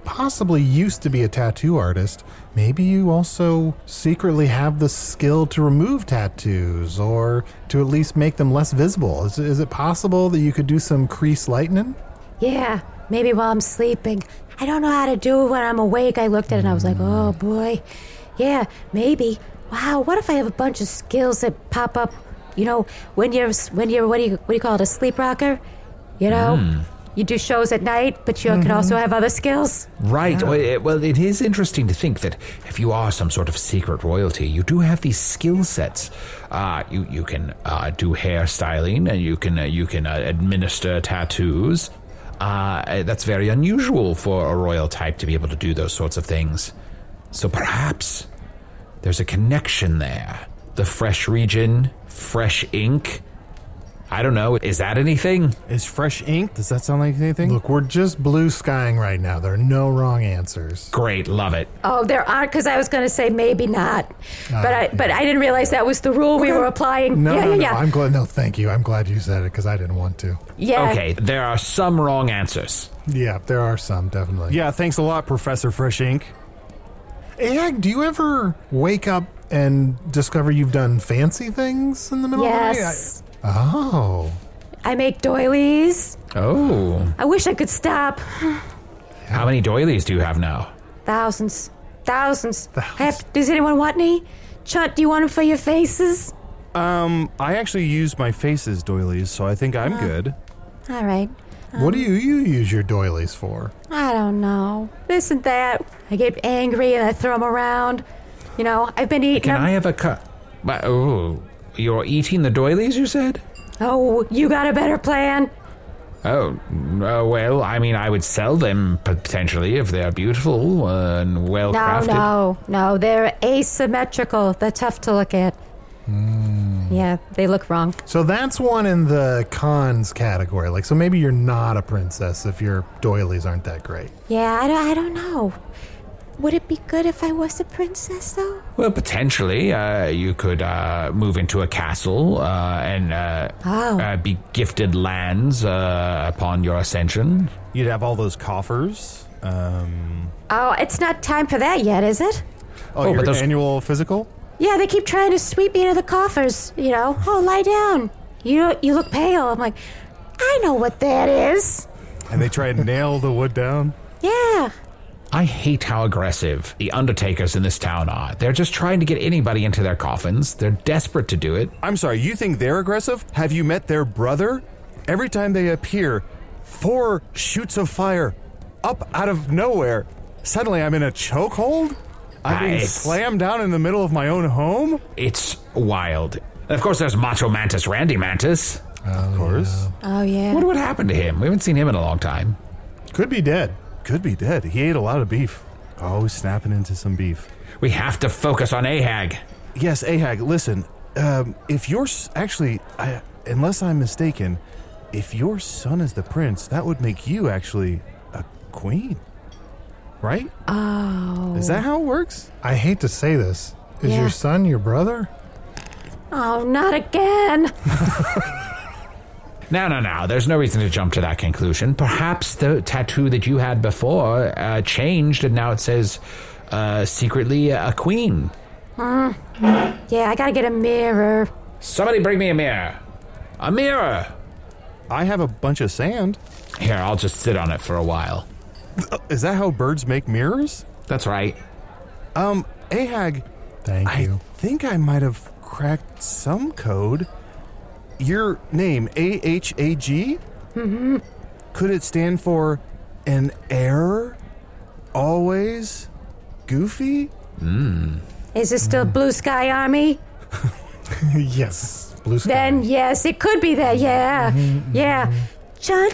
[SPEAKER 5] possibly used to be a tattoo artist, maybe you also secretly have the skill to remove tattoos or to at least make them less visible. Is, is it possible that you could do some crease lightening?
[SPEAKER 6] Yeah, maybe while I'm sleeping. I don't know how to do it when I'm awake. I looked at it and I was like, oh boy. Yeah, maybe. Wow, what if I have a bunch of skills that pop up, you know, when you're, when you're, what do you, what do you call it, a sleep rocker? You know?
[SPEAKER 5] Hmm.
[SPEAKER 4] Hmm.
[SPEAKER 6] You do shows at night, but you can
[SPEAKER 5] Mm-hmm.
[SPEAKER 6] also have other skills.
[SPEAKER 4] Right. Well, it, well, it is interesting to think that if you are some sort of secret royalty, you do have these skill sets. Uh, you you can uh, do hairstyling, and you can uh, you can uh, administer tattoos. Uh, that's very unusual for a royal type to be able to do those sorts of things. So perhaps there's a connection there. The fresh region, fresh ink. I don't know. Is that anything?
[SPEAKER 3] Is fresh ink? Does that sound like anything?
[SPEAKER 5] Look, we're just blue skying right now. There are no wrong answers.
[SPEAKER 4] Great. Love it.
[SPEAKER 6] Oh, there aren't, because I was going to say maybe not, but I, but I didn't realize that was the rule we were applying.
[SPEAKER 5] Ah, No,
[SPEAKER 6] yeah,
[SPEAKER 5] no,
[SPEAKER 6] yeah,
[SPEAKER 5] no.
[SPEAKER 6] yeah.
[SPEAKER 5] I'm glad. No, thank you. I'm glad you said it because I didn't want to.
[SPEAKER 6] yeah.
[SPEAKER 4] Okay. There are some wrong answers.
[SPEAKER 5] Yeah, there are some definitely.
[SPEAKER 3] yeah, thanks a lot, Professor Fresh Ink.
[SPEAKER 5] Ahag, do you ever wake up and discover you've done fancy things in the middle
[SPEAKER 6] Yes,
[SPEAKER 5] of the night? Oh.
[SPEAKER 6] I make doilies.
[SPEAKER 4] Oh.
[SPEAKER 6] I wish I could stop.
[SPEAKER 4] How many doilies do you have now?
[SPEAKER 6] Thousands. Thousands. Hep, does anyone want any? Chunt, do you want them for your faces?
[SPEAKER 3] Um, I actually use my face's doilies, so I think I'm good.
[SPEAKER 6] All right. Um,
[SPEAKER 5] What do you, you use your doilies for?
[SPEAKER 6] I don't know. This and that. I get angry and I throw them around. You know, I've been eating
[SPEAKER 4] Can I
[SPEAKER 6] them.
[SPEAKER 4] have a cut? Oh, you're eating the doilies, you said?
[SPEAKER 6] Oh, you got a better plan?
[SPEAKER 4] Oh, uh, well, I mean, I would sell them potentially if they're beautiful uh, and well
[SPEAKER 6] No,
[SPEAKER 4] crafted.
[SPEAKER 6] no, no. They're asymmetrical. They're tough to look at. Yeah, they look wrong.
[SPEAKER 5] So that's one in the cons category. Like, so maybe you're not a princess if your doilies aren't that great.
[SPEAKER 6] Yeah, I don't, I don't know. Would it be good if I was a princess, though?
[SPEAKER 4] Well, potentially, uh, you could uh, move into a castle uh, and uh,
[SPEAKER 6] Oh.
[SPEAKER 4] uh, be gifted lands uh, upon your ascension.
[SPEAKER 3] You'd have all those coffers. Um,
[SPEAKER 6] Oh, it's not time for that yet, is it?
[SPEAKER 3] oh,
[SPEAKER 4] but
[SPEAKER 3] your
[SPEAKER 4] those-
[SPEAKER 3] annual physical?
[SPEAKER 6] Yeah, they keep trying to sweep me into the coffers. You know, oh, lie down. You you look pale. I'm like, I know what that is.
[SPEAKER 3] And they try and nail the wood down.
[SPEAKER 6] Yeah.
[SPEAKER 4] I hate how aggressive the undertakers in this town are. They're just trying to get anybody into their coffins. They're desperate to do it.
[SPEAKER 3] I'm sorry, you think they're aggressive? Have you met their brother? Every time they appear, four shoots of fire up out of nowhere. Suddenly I'm in a chokehold? I'm being
[SPEAKER 4] Nice.
[SPEAKER 3] slammed down in the middle of my own home?
[SPEAKER 4] It's wild. Of course, there's Macho Mantis Randy Mantis.
[SPEAKER 3] Of course.
[SPEAKER 6] Oh,
[SPEAKER 4] What
[SPEAKER 6] yeah.
[SPEAKER 4] would happen to him? We haven't seen him in a long time.
[SPEAKER 5] Could be dead.
[SPEAKER 3] Could be dead. He ate a lot of beef. Always snapping into some beef.
[SPEAKER 4] We have to focus on Ahag.
[SPEAKER 3] Yes, Ahag, listen. Um, if your s- actually, I, unless I'm mistaken, if your son is the prince, that would make you actually a queen, right? Oh, is that how it works?
[SPEAKER 5] I hate to say this. Is
[SPEAKER 6] Yeah.
[SPEAKER 5] your son your brother?
[SPEAKER 6] Oh, not again.
[SPEAKER 4] No, no, no. There's no reason to jump to that conclusion. Perhaps the tattoo that you had before uh, changed, and now it says uh, secretly a queen.
[SPEAKER 6] Mm. Yeah, I gotta get a mirror.
[SPEAKER 4] Somebody bring me a mirror. A mirror.
[SPEAKER 3] I have a bunch of sand. Uh,
[SPEAKER 4] Here, I'll just sit on it for a while.
[SPEAKER 3] Is that how birds make mirrors?
[SPEAKER 4] That's right.
[SPEAKER 3] Um, Ahag,
[SPEAKER 5] Thank
[SPEAKER 3] I
[SPEAKER 5] you.
[SPEAKER 3] think I might have cracked some code. Your name, A H A G? Could it stand for an error? Always? Goofy?
[SPEAKER 4] Hmm.
[SPEAKER 6] Is this still Blue Sky Army?
[SPEAKER 5] yes. Blue sky.
[SPEAKER 6] Then yes, it could be that. Yeah,
[SPEAKER 3] Mm-hmm,
[SPEAKER 6] yeah. John,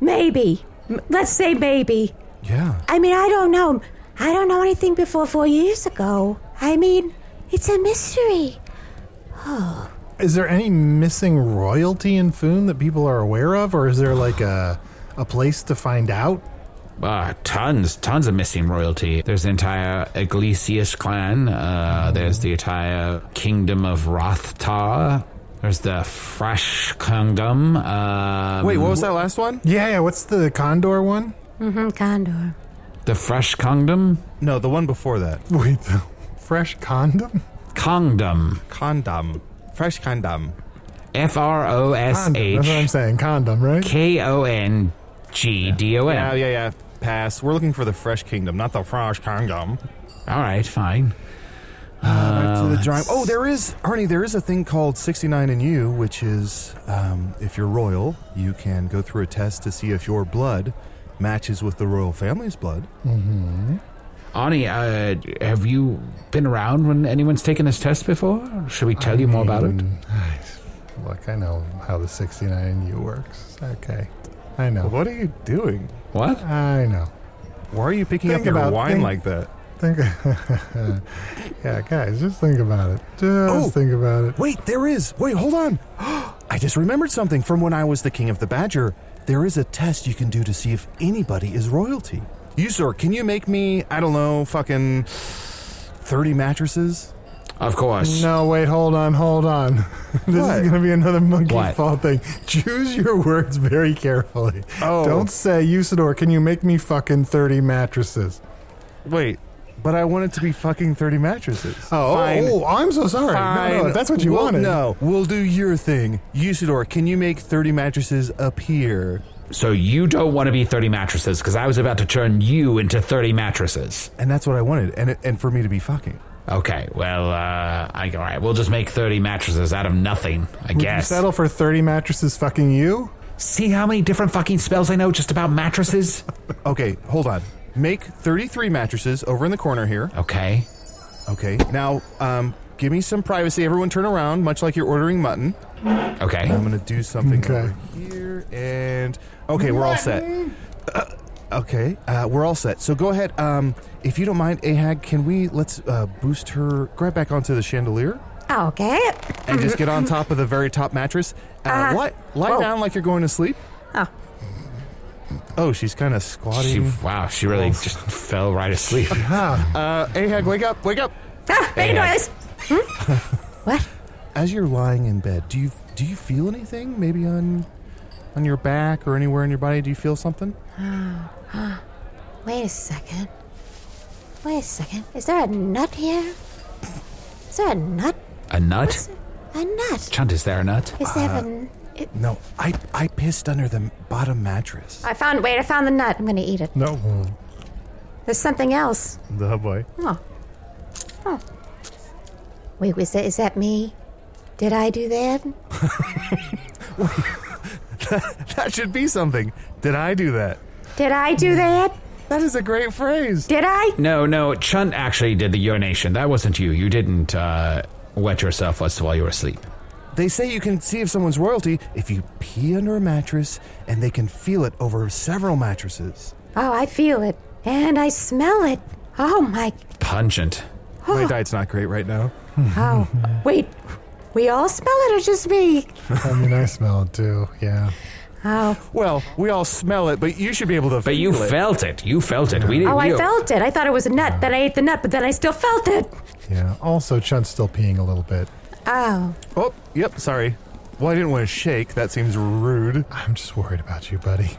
[SPEAKER 6] maybe. M- Let's say maybe.
[SPEAKER 3] Yeah.
[SPEAKER 6] I mean, I don't know. I don't know anything before four years ago. I mean, it's a mystery. Oh,
[SPEAKER 5] Is there any missing royalty in Foon that people are aware of, or is there like a a place to find out?
[SPEAKER 4] Ah, tons, tons of missing royalty. There's the entire Iglesias clan. Uh, There's the entire kingdom of Rothtar. There's the Fresh Kingdom. Um,
[SPEAKER 3] Wait, what was that last one?
[SPEAKER 5] Yeah, yeah. What's the Condor one?
[SPEAKER 6] Mm-hmm, Condor.
[SPEAKER 4] The Fresh Kingdom?
[SPEAKER 3] No, the one before that.
[SPEAKER 5] Wait, the fresh condom.
[SPEAKER 4] Kingdom.
[SPEAKER 3] Condom. Fresh condom.
[SPEAKER 4] F R O S
[SPEAKER 5] Condom, That's what I'm
[SPEAKER 4] H
[SPEAKER 5] saying. Condom, right?
[SPEAKER 4] K O N G D O
[SPEAKER 3] Yeah,
[SPEAKER 4] N.
[SPEAKER 3] yeah, yeah. Pass. We're looking for the fresh kingdom, not the fresh condom.
[SPEAKER 4] All right, fine. Uh,
[SPEAKER 3] Back to the drawing- Oh, there is, Arnie. There is a thing called 69 and You, which is um, if you're royal, you can go through a test to see if your blood matches with the royal family's blood.
[SPEAKER 4] Mm-hmm. Ani, uh, have you been around when anyone's taken this test before? Should we tell you more about it?
[SPEAKER 5] Look, I know how the 69U works. Okay, I know.
[SPEAKER 3] What are you doing?
[SPEAKER 4] What?
[SPEAKER 5] I know.
[SPEAKER 3] Why are you picking
[SPEAKER 5] Think about- think-
[SPEAKER 3] that?
[SPEAKER 5] Think. yeah, guys, just think about it. Just think about it.
[SPEAKER 3] Oh! Wait, there is. Wait, hold on. I just remembered something from when I was the king of the badger. There is a test you can do to see if anybody is royalty. You, sir, can you make me, I don't know, fucking 30 mattresses?
[SPEAKER 4] Of course.
[SPEAKER 5] No, wait, hold on, hold on. this is
[SPEAKER 3] What?
[SPEAKER 5] going to be another monkey
[SPEAKER 4] What?
[SPEAKER 5] fall thing. Choose your words very carefully.
[SPEAKER 3] Oh.
[SPEAKER 5] Don't say, Usador, can you make me fucking 30 mattresses?
[SPEAKER 3] Wait, but I want it to be fucking 30 mattresses.
[SPEAKER 5] Oh,
[SPEAKER 3] Fine.
[SPEAKER 5] oh, oh, I'm so sorry. No, no,
[SPEAKER 3] Fine.
[SPEAKER 5] if that's what you
[SPEAKER 3] We'll-
[SPEAKER 5] wanted.
[SPEAKER 3] No, we'll do your thing. Usador, can you make 30 mattresses appear?
[SPEAKER 4] So you don't want to be 30 mattresses because I was about to turn you into 30 mattresses.
[SPEAKER 3] And that's what I wanted, and, and for me to be fucking.
[SPEAKER 4] Okay, well, uh, I, all right, we'll just make 30 mattresses out of nothing, I
[SPEAKER 5] Would
[SPEAKER 4] guess.
[SPEAKER 5] you settle for 30 mattresses fucking you?
[SPEAKER 4] See how many different fucking spells I know just about mattresses?
[SPEAKER 3] Okay, hold on. Make 33 mattresses over in the corner here.
[SPEAKER 4] Okay.
[SPEAKER 3] Okay, now, um, give me some privacy. Everyone turn around, much like you're ordering mutton. I'm
[SPEAKER 4] Okay.
[SPEAKER 3] going to do something
[SPEAKER 5] Okay.
[SPEAKER 3] over here, and... Okay, we're all set. Uh, okay, uh, we're all set. So go ahead. Um, if you don't mind, Ahag, can we... Let's uh, boost her... Grab back onto the chandelier.
[SPEAKER 6] Okay.
[SPEAKER 3] and just get on top of the very top mattress. Uh,
[SPEAKER 6] Uh,
[SPEAKER 3] lie lie
[SPEAKER 6] whoa.
[SPEAKER 3] down like you're going to sleep.
[SPEAKER 6] Oh.
[SPEAKER 3] Oh, she's kind of
[SPEAKER 4] She,
[SPEAKER 3] squatting.
[SPEAKER 4] wow, she really
[SPEAKER 5] Oh.
[SPEAKER 4] just fell right asleep.
[SPEAKER 3] Uh, Ahag, wake up, wake up!
[SPEAKER 6] Ah, make a
[SPEAKER 4] Yeah.
[SPEAKER 6] noise. Hmm? what?
[SPEAKER 3] As you're lying in bed, do you do you feel anything? Maybe on on your back or anywhere in your body? Do you feel something?
[SPEAKER 6] Wait a second. Wait a second. Is there a nut here? Is there a nut?
[SPEAKER 4] A nut?
[SPEAKER 6] A nut?
[SPEAKER 4] Chunt, is there a nut?
[SPEAKER 6] Is there a
[SPEAKER 3] Uh-huh.
[SPEAKER 6] n- it-
[SPEAKER 3] Uh, No, I I pissed under the bottom mattress.
[SPEAKER 6] I found. Wait, I found the nut. I'm gonna eat it.
[SPEAKER 5] No.
[SPEAKER 6] There's something else.
[SPEAKER 5] Oh boy.
[SPEAKER 6] Wait, was that, is that me? Did I do that?
[SPEAKER 3] That should be something. Did I do that?
[SPEAKER 6] Did I do that?
[SPEAKER 3] That is a great phrase.
[SPEAKER 6] Did I?
[SPEAKER 4] No, no, Chun actually did the urination. That wasn't you. You didn't uh, wet yourself while you were asleep.
[SPEAKER 3] They say you can see if someone's royalty if you pee under a mattress and they can feel it over several mattresses.
[SPEAKER 6] Oh, I feel it. And I smell it. Oh my.
[SPEAKER 4] Pungent.
[SPEAKER 3] My diet's not great right now.
[SPEAKER 6] Oh. Wait. We all smell it or just me?
[SPEAKER 5] I mean, I smell it too. Yeah.
[SPEAKER 6] Oh.
[SPEAKER 3] Well, we all smell it, but you should be able to
[SPEAKER 4] But
[SPEAKER 3] feel
[SPEAKER 4] you
[SPEAKER 3] it.
[SPEAKER 4] felt it. You felt it. We didn't.
[SPEAKER 6] Oh, I
[SPEAKER 4] you-
[SPEAKER 6] felt it. I thought it was a nut. Then I ate the nut, but then I still felt it.
[SPEAKER 5] Yeah. Also, Chun's still peeing a little bit.
[SPEAKER 6] Oh.
[SPEAKER 3] oh, yep, sorry. Well, I didn't want to shake. That seems rude.
[SPEAKER 5] I'm just worried about you, buddy.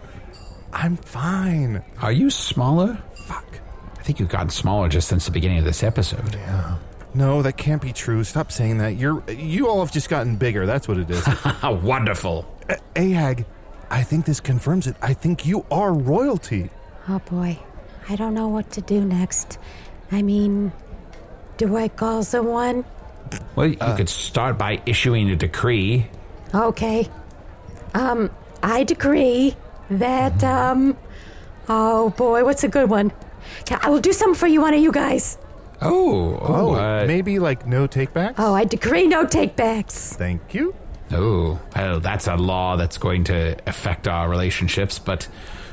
[SPEAKER 3] I'm fine.
[SPEAKER 4] Are you smaller? Fuck. I think you've gotten smaller just since the beginning of this episode.
[SPEAKER 3] No, that can't be true. Stop saying that. You're you all have just gotten bigger. That's what it is.
[SPEAKER 4] How wonderful.
[SPEAKER 3] A- Ahag, I think this confirms it. I think you are royalty.
[SPEAKER 6] Oh boy. I don't know what to do next. I mean, do I call someone?
[SPEAKER 4] Well, you
[SPEAKER 3] Uh.
[SPEAKER 4] could start by issuing a decree.
[SPEAKER 6] Okay. Um, I decree that, um, oh boy, what's a good one? Yeah, I will do something for you, one of you guys.
[SPEAKER 4] Oh, oh,
[SPEAKER 3] Oh,
[SPEAKER 4] uh,
[SPEAKER 3] maybe like no takebacks?
[SPEAKER 6] Oh, I decree no takebacks.
[SPEAKER 3] Thank you.
[SPEAKER 4] oh, well, that's a law that's going to affect our relationships, but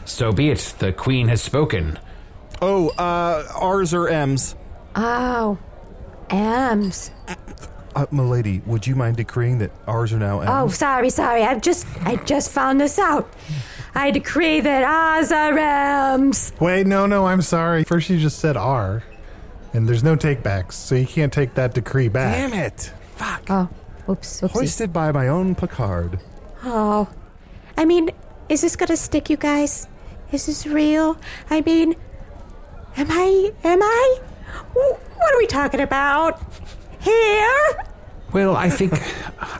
[SPEAKER 4] so be it. The queen has spoken.
[SPEAKER 3] Oh, uh, R's or M's?
[SPEAKER 6] Oh, M's.
[SPEAKER 3] Uh, milady, would you mind decreeing that R's are now
[SPEAKER 6] Oh,
[SPEAKER 3] M's?
[SPEAKER 6] sorry, sorry. I've just, I just found this out. I decree that ours are Oh, M's.
[SPEAKER 5] Wait, no, no, I'm sorry. First, you just said R, and there's no takebacks, so you can't take that decree back.
[SPEAKER 3] Damn it! Fuck.
[SPEAKER 6] Oh, oops, oops.
[SPEAKER 3] Hoisted by my own Picard.
[SPEAKER 6] Oh, I mean, is this gonna stick, you guys? Is this real? I mean, am I? Am I? Wh- What are we talking about here?
[SPEAKER 4] Well, I think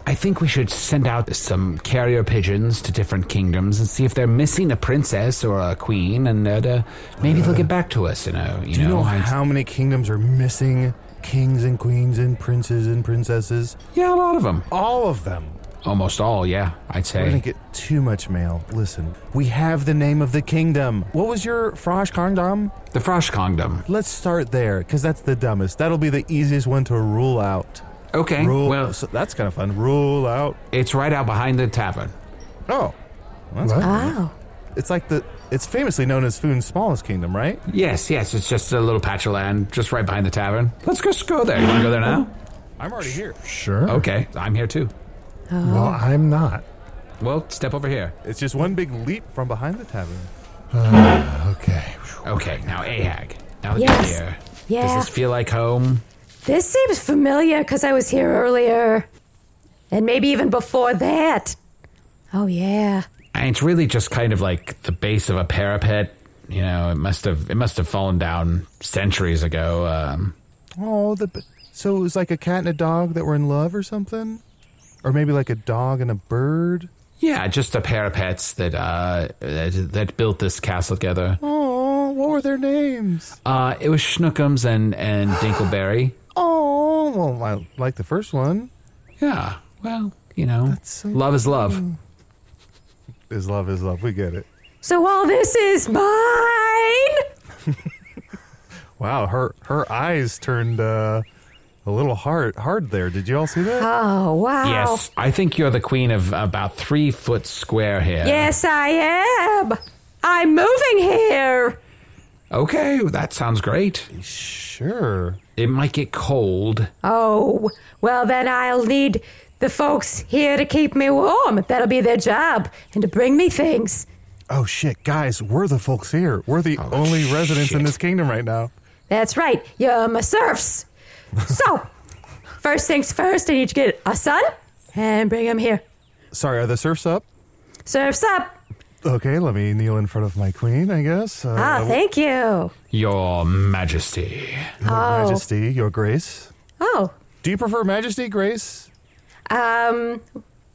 [SPEAKER 4] I think we should send out some carrier pigeons to different kingdoms and see if they're missing a princess or a queen, and uh, uh, maybe they'll get back to us. You know, you
[SPEAKER 3] Do you
[SPEAKER 4] know,
[SPEAKER 3] know
[SPEAKER 4] and-
[SPEAKER 3] how many kingdoms are missing kings and queens and princes and princesses?
[SPEAKER 4] yeah, a lot of them,
[SPEAKER 3] All of them.
[SPEAKER 4] almost all. Yeah, I'd
[SPEAKER 3] We're gonna
[SPEAKER 4] say.
[SPEAKER 3] get too much mail. Listen, we have the name of the kingdom. What was your Frosh Kingdom?
[SPEAKER 4] The Frosh Kingdom.
[SPEAKER 3] Let's start there, because that's the dumbest. That'll be the easiest one to rule out.
[SPEAKER 4] Okay.
[SPEAKER 3] Rule.
[SPEAKER 4] well,
[SPEAKER 3] so that's kind of fun. Rule out.
[SPEAKER 4] it's right out behind the tavern.
[SPEAKER 3] Oh,
[SPEAKER 5] What?
[SPEAKER 6] Oh,
[SPEAKER 3] it's like the. It's famously known as Foon's smallest kingdom, right?
[SPEAKER 4] Yes, yes, it's just a little patch of land just right behind the tavern. Let's just go there. You want to go there
[SPEAKER 3] Oh,
[SPEAKER 4] now?
[SPEAKER 3] I'm already here.
[SPEAKER 5] Sure.
[SPEAKER 4] Okay, I'm here too.
[SPEAKER 5] Well, I'm not.
[SPEAKER 4] Well, step over here.
[SPEAKER 3] It's just one big leap from behind the tavern.
[SPEAKER 5] Ah, Okay.
[SPEAKER 4] Okay, now Ahag. Now that
[SPEAKER 6] Yes.
[SPEAKER 4] you're here,
[SPEAKER 6] Yeah.
[SPEAKER 4] does this feel like home?
[SPEAKER 6] this seems familiar because I was here earlier, and maybe even before that. Oh yeah.
[SPEAKER 4] And it's really just kind of like the base of a parapet. You know, it must have it must have fallen down centuries ago. Um,
[SPEAKER 3] Oh, the. b- So it was like a cat and a dog that were in love, or something, or maybe like a dog and a bird.
[SPEAKER 4] yeah, just the parapets that uh, that, that built this castle together.
[SPEAKER 3] Oh, what were their names?
[SPEAKER 4] Uh, it was Schnookums and and Dinkleberry.
[SPEAKER 3] Oh, well, I like the first one.
[SPEAKER 4] Yeah, well, you know,
[SPEAKER 3] so
[SPEAKER 4] love is love.
[SPEAKER 3] Is love is love. We get it.
[SPEAKER 6] So all this is mine.
[SPEAKER 3] Wow, her her eyes turned uh, a little hard hard there. Did you all see that?
[SPEAKER 6] Oh wow.
[SPEAKER 4] Yes, I think you're the queen of about three foot square here.
[SPEAKER 6] Yes, I am. I'm moving here.
[SPEAKER 4] Okay, that sounds great.
[SPEAKER 3] Sure.
[SPEAKER 4] It might get cold.
[SPEAKER 6] Oh, well, then I'll need the folks here to keep me warm. That'll be their job, and to bring me things.
[SPEAKER 3] Oh shit, guys, we're the folks here. We're the only residents in
[SPEAKER 4] Oh, shit.
[SPEAKER 3] this kingdom right now.
[SPEAKER 6] That's right, you're my serfs. so, first things first, I need to get a son and bring him here.
[SPEAKER 3] Sorry, are the surfs up?
[SPEAKER 6] Serfs up.
[SPEAKER 3] Okay, let me kneel in front of my queen, I guess. Uh,
[SPEAKER 6] Ah, thank you.
[SPEAKER 4] Your Majesty.
[SPEAKER 3] Your Majesty, Your Grace.
[SPEAKER 6] Oh,
[SPEAKER 3] Do you prefer Majesty, Grace?
[SPEAKER 6] um,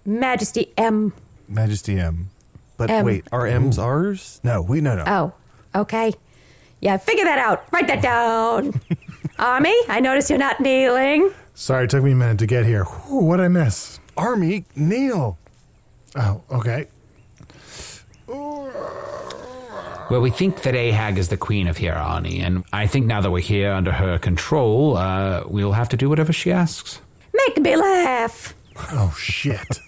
[SPEAKER 6] Majesty M.
[SPEAKER 3] Majesty M. But
[SPEAKER 6] M.
[SPEAKER 3] wait, are M's ours? No, we no no.
[SPEAKER 6] Oh, okay. Yeah, figure that out. Write that down. Army, I notice you're not kneeling.
[SPEAKER 5] Sorry, it took me a minute to get here. Whew, what'd I miss?
[SPEAKER 3] Army, kneel.
[SPEAKER 5] Oh, okay.
[SPEAKER 4] Well, we think that Ahag is the queen of Hirani, and I think now that we're here under her control, uh, we'll have to do whatever she asks.
[SPEAKER 6] Make me laugh.
[SPEAKER 5] Oh, shit.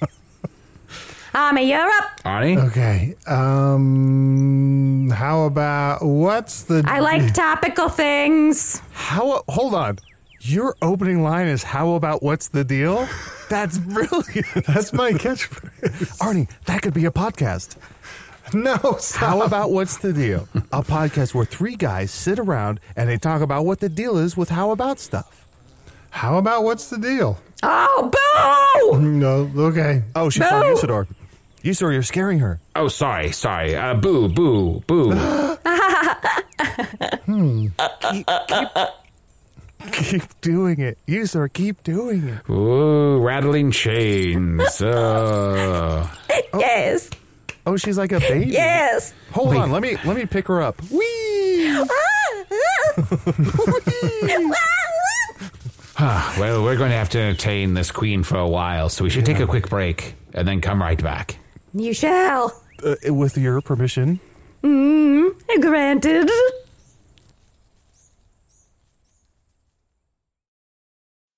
[SPEAKER 6] Army, you're up.
[SPEAKER 4] Arnie?
[SPEAKER 5] okay. Um, how about what's the.
[SPEAKER 6] I like topical things.
[SPEAKER 3] How? Hold on. Your opening line is "How about what's the deal?" That's brilliant,
[SPEAKER 5] That's my catchphrase.
[SPEAKER 3] Arnie. That could be a podcast.
[SPEAKER 5] No, stop.
[SPEAKER 3] How about what's the deal? A podcast where three guys sit around and they talk about what the deal is with how about stuff.
[SPEAKER 5] How about what's the deal?
[SPEAKER 6] Oh, boo!
[SPEAKER 5] No, okay.
[SPEAKER 3] Oh, she's
[SPEAKER 6] No.
[SPEAKER 3] on Usador. Usador, you're scaring her.
[SPEAKER 4] Oh, sorry, sorry. Uh, boo, boo, boo.
[SPEAKER 3] Keep doing it, Usador. Keep doing it.
[SPEAKER 4] Ooh, rattling chains. Uh,
[SPEAKER 6] Yes,
[SPEAKER 3] Oh, she's like a baby.
[SPEAKER 6] yes.
[SPEAKER 3] Hold on. Let me let me pick her up. Whee!
[SPEAKER 4] Ah, well, we're going to have to entertain this queen for a while, so we should take a quick break and then come right back.
[SPEAKER 6] you shall.
[SPEAKER 3] Uh, with your permission.
[SPEAKER 6] Mm. Mm-hmm. Granted.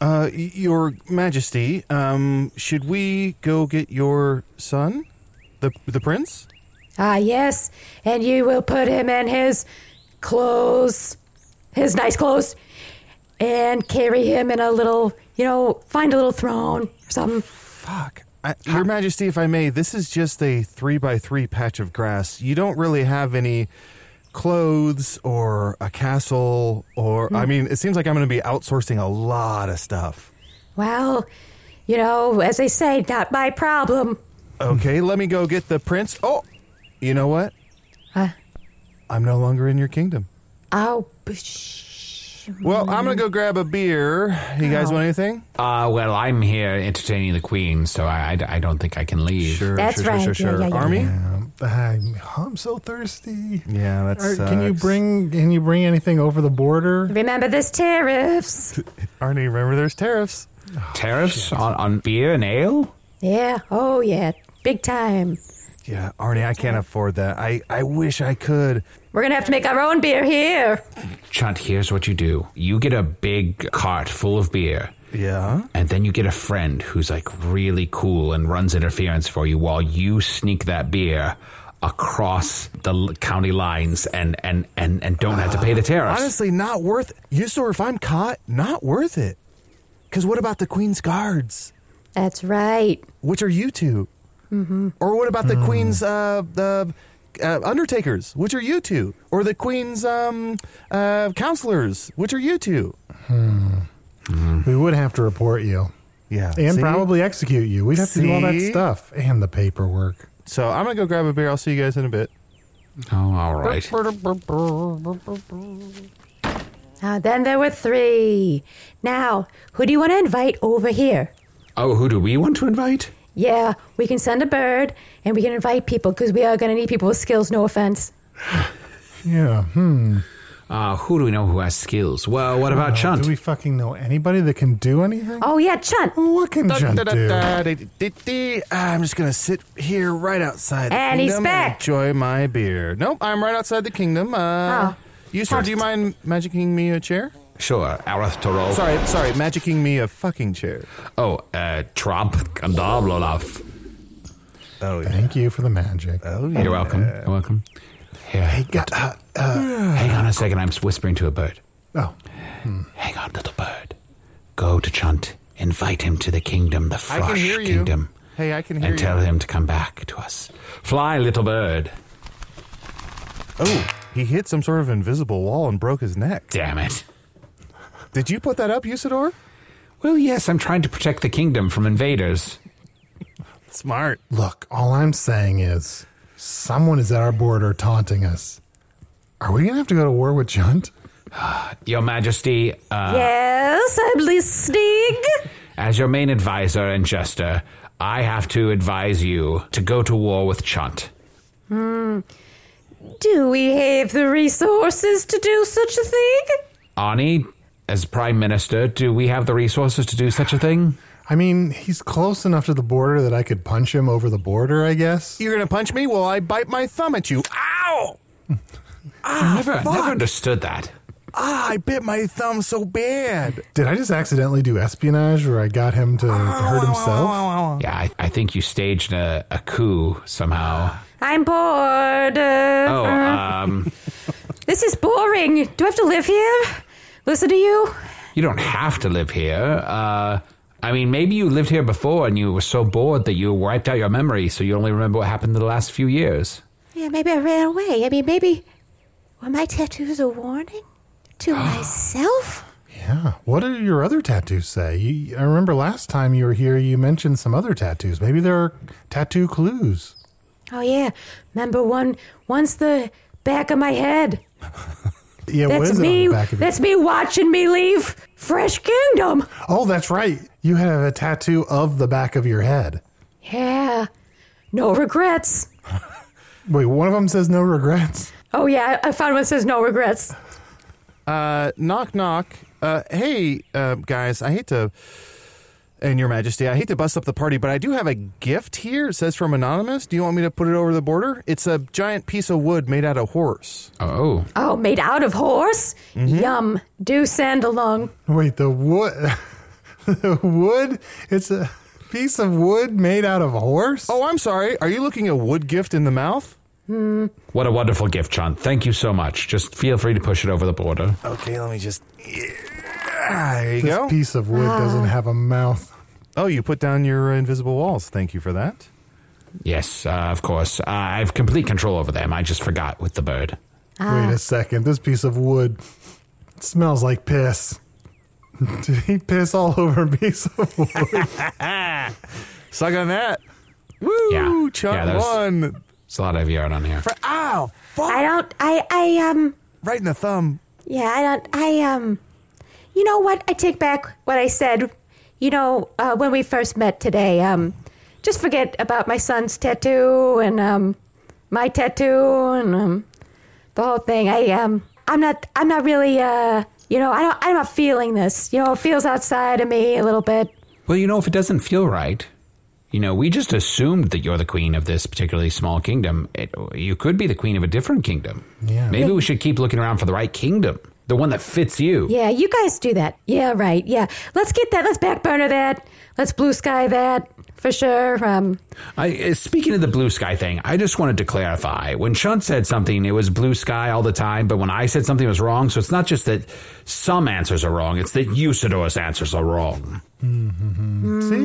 [SPEAKER 3] Uh, y- your Majesty, um, should we go get your son, the the prince?
[SPEAKER 6] Ah, yes. And you will put him in his clothes, his nice clothes, and carry him in a little, you know, find a little throne or something.
[SPEAKER 3] Fuck. I, your Majesty, if I may, this is just a three by three patch of grass. You don't really have any clothes or a castle, or
[SPEAKER 6] Hmm.
[SPEAKER 3] I mean, it seems like I'm going to be outsourcing a lot of stuff.
[SPEAKER 6] Well, you know, as they say, not my problem.
[SPEAKER 3] Okay, let me go get the prince. Oh, you know what?
[SPEAKER 6] Huh?
[SPEAKER 3] I'm no longer in your kingdom.
[SPEAKER 6] Oh, sh-
[SPEAKER 3] Well, I'm going to go grab a beer. You
[SPEAKER 6] Oh.
[SPEAKER 3] guys want anything?
[SPEAKER 4] Uh, well, I'm here entertaining the queen, so I, I, I don't think I can leave.
[SPEAKER 6] That's right. Yeah, yeah, yeah,
[SPEAKER 3] Army? Yeah,
[SPEAKER 5] Um, I'm, I'm so thirsty.
[SPEAKER 3] that's.
[SPEAKER 5] Or can you bring can you bring anything over the border?
[SPEAKER 6] remember this tariffs.
[SPEAKER 3] Arnie, remember there's tariffs.
[SPEAKER 5] Oh,
[SPEAKER 4] Tariffs on, on beer and ale?
[SPEAKER 6] Yeah. Oh, yeah. Big time.
[SPEAKER 3] Yeah, Arnie, I can't afford that. I, I wish I could.
[SPEAKER 6] We're going to have to make our own beer here.
[SPEAKER 4] Chunt, here's what you do. You get a big cart full of beer.
[SPEAKER 3] Yeah.
[SPEAKER 4] And then you get a friend who's like really cool and runs interference for you while you sneak that beer across the l- county lines and and and, and don't have to pay the tariffs.
[SPEAKER 3] Honestly, not worth You saw if I'm caught, not worth it. Because what about the Queen's guards?
[SPEAKER 6] That's right.
[SPEAKER 3] Which are you 2 Mm-hmm. Or what about the
[SPEAKER 4] Hmm.
[SPEAKER 3] Queen's uh, the uh, undertakers? Which are you two? Or the Queen's um, uh, counselors? Which are you two?
[SPEAKER 4] Hmm.
[SPEAKER 5] We would have to report you
[SPEAKER 3] Yeah.
[SPEAKER 5] and
[SPEAKER 3] see?
[SPEAKER 5] probably execute you. We'd have to do all that
[SPEAKER 3] See?
[SPEAKER 5] stuff and the paperwork.
[SPEAKER 3] So I'm going to go grab a beer. I'll see you guys in a bit.
[SPEAKER 9] Oh, all right.
[SPEAKER 6] Ah, then there were three. Now, who do you want to invite over here?
[SPEAKER 3] Ah.
[SPEAKER 4] Oh, who do we want to invite?
[SPEAKER 6] Yeah, we can send a bird and we can invite people because we are going to need people with skills, no offense.
[SPEAKER 5] Yeah. Hmm.
[SPEAKER 4] Uh, who do we know who has skills? Well, what
[SPEAKER 3] Ah,
[SPEAKER 4] about
[SPEAKER 5] Uh,
[SPEAKER 4] Chunt?
[SPEAKER 5] Do we fucking know anybody that can do anything?
[SPEAKER 6] Oh, yeah, Chunt.
[SPEAKER 5] What can
[SPEAKER 3] Da,
[SPEAKER 5] Chunt
[SPEAKER 3] da, da,
[SPEAKER 5] do?
[SPEAKER 3] da, da, da, da. I'm just gonna sit here right outside.
[SPEAKER 6] And
[SPEAKER 3] the
[SPEAKER 6] he's
[SPEAKER 3] kingdom
[SPEAKER 6] back.
[SPEAKER 3] enjoy my beer. Nope, I'm right outside the kingdom. Uh,
[SPEAKER 6] Oh.
[SPEAKER 3] you sir, do you mind magicking me a chair?
[SPEAKER 4] Sure, Arath to roll.
[SPEAKER 3] Sorry, sorry, magicking me a fucking chair.
[SPEAKER 4] Oh, uh, Trump Kandablolaf.
[SPEAKER 3] Oh yeah.
[SPEAKER 5] Thank you for the magic.
[SPEAKER 3] Oh yeah.
[SPEAKER 4] You're welcome. You're welcome. Here, hey,
[SPEAKER 5] got- uh, uh,
[SPEAKER 4] hang on a second. I'm whispering to a bird.
[SPEAKER 5] oh,
[SPEAKER 3] Hmm.
[SPEAKER 4] Hang on, little bird. Go to Chunt. Invite him to the kingdom, the
[SPEAKER 3] I can
[SPEAKER 4] Frosh
[SPEAKER 3] hear you.
[SPEAKER 4] kingdom.
[SPEAKER 3] Hey, I can hear
[SPEAKER 4] And
[SPEAKER 3] you.
[SPEAKER 4] tell him to come back to us. Fly, little bird.
[SPEAKER 3] Oh, he hit some sort of invisible wall and broke his neck.
[SPEAKER 4] Damn it.
[SPEAKER 3] Did you put that up, Usador?
[SPEAKER 4] Well, yes, I'm trying to protect the kingdom from invaders.
[SPEAKER 3] Smart.
[SPEAKER 5] look, all I'm saying is someone is at our border taunting us. Are we going to have to go to war with Chunt?
[SPEAKER 4] Your Majesty, uh,
[SPEAKER 6] yes, I'm listening.
[SPEAKER 4] as your main advisor and jester, I have to advise you to go to war with Chunt.
[SPEAKER 6] Hmm. Do we have the resources to do such a thing?
[SPEAKER 4] Ani, as Prime Minister, do we have the resources to do such a thing?
[SPEAKER 5] I mean, he's close enough to the border that I could punch him over the border, I guess.
[SPEAKER 3] You're gonna punch me? Well, I bite my thumb at you. Ow!
[SPEAKER 4] I never, never understood that.
[SPEAKER 3] Ah, I bit my thumb so bad.
[SPEAKER 5] Did I just accidentally do espionage where I got him to hurt himself?
[SPEAKER 4] Yeah, I, I think you staged a, a coup somehow.
[SPEAKER 6] I'm bored. Uh,
[SPEAKER 4] Oh, um,
[SPEAKER 6] This is boring. Do I have to live here? Listen to you?
[SPEAKER 4] you don't have to live here. Uh, I mean, maybe you lived here before and you were so bored that you wiped out your memory, so you only remember what happened in the last few years.
[SPEAKER 6] Yeah, maybe I ran away. I mean, maybe. Were my tattoos a warning to myself?
[SPEAKER 5] Yeah. What do your other tattoos say? You, I remember last time you were here, you mentioned some other tattoos. Maybe there are tattoo clues.
[SPEAKER 6] Oh yeah, remember one? Once the back of my head.
[SPEAKER 5] Yeah, what
[SPEAKER 6] That's
[SPEAKER 5] is it
[SPEAKER 6] me.
[SPEAKER 5] on the back of your
[SPEAKER 6] That's me watching me leave Fresh Kingdom.
[SPEAKER 5] Oh, that's right. You have a tattoo of the back of your head.
[SPEAKER 6] Yeah, no regrets.
[SPEAKER 5] Wait, one of them says no regrets.
[SPEAKER 6] Oh yeah, I found one that says no regrets.
[SPEAKER 3] Uh, knock, knock. Uh, hey, uh, guys, I hate to. And Your Majesty, I hate to bust up the party, but I do have a gift here. It says from Anonymous. Do you want me to put it over the border? It's a giant piece of wood made out of horse.
[SPEAKER 4] Oh,
[SPEAKER 6] Oh, made out of horse.
[SPEAKER 5] Mm-hmm.
[SPEAKER 6] Yum. Do send along.
[SPEAKER 5] Wait, the wood. the wood? It's a piece of wood made out of a horse?
[SPEAKER 3] Oh, I'm sorry. Are you looking a wood gift in the mouth?
[SPEAKER 6] Hmm.
[SPEAKER 4] what a wonderful gift, Chunt. Thank you so much. Just feel free to push it over the border.
[SPEAKER 3] Okay, let me just. Yeah, there you
[SPEAKER 5] this
[SPEAKER 3] go.
[SPEAKER 5] piece of wood doesn't have a mouth.
[SPEAKER 3] Oh, you put down your uh, invisible walls. Thank you for that.
[SPEAKER 4] Yes, uh, of course. Uh, I have complete control over them. I just forgot with the bird.
[SPEAKER 5] Wait a second. This piece of wood smells like piss. Did he piss all over a piece of wood?
[SPEAKER 3] Suck on that. Woo!
[SPEAKER 4] Yeah.
[SPEAKER 3] Chunt
[SPEAKER 4] Yeah, that was-
[SPEAKER 3] won.
[SPEAKER 4] There's a lot of yard on here.
[SPEAKER 3] Ow! Fuck!
[SPEAKER 6] I don't. I. I um.
[SPEAKER 3] Right in the thumb.
[SPEAKER 6] Yeah, I don't. I um. You know what? I take back what I said. You know, uh, when we first met today. Um, just forget about my son's tattoo and um, my tattoo and um, the whole thing. I um. I'm not. I'm not really. Uh. You know, I don't. I'm not feeling this. You know, it feels outside of me a little bit.
[SPEAKER 4] Well, you know, if it doesn't feel right, you know, we just assumed that you're the queen of this particularly small kingdom. It, you could be the queen of a different kingdom.
[SPEAKER 5] Yeah.
[SPEAKER 4] Maybe we should keep looking around for the right kingdom, the one that fits you.
[SPEAKER 6] Yeah, you guys do that. Yeah, right. Yeah, let's get that. Let's back burner that. Let's blue sky that for sure. Um.
[SPEAKER 4] I, uh, speaking of the blue sky thing, I just wanted to clarify. When Chunt said something, it was blue sky all the time, but when I said something, it was wrong. So it's not just that some answers are wrong, it's that Usador's answers are wrong.
[SPEAKER 5] See,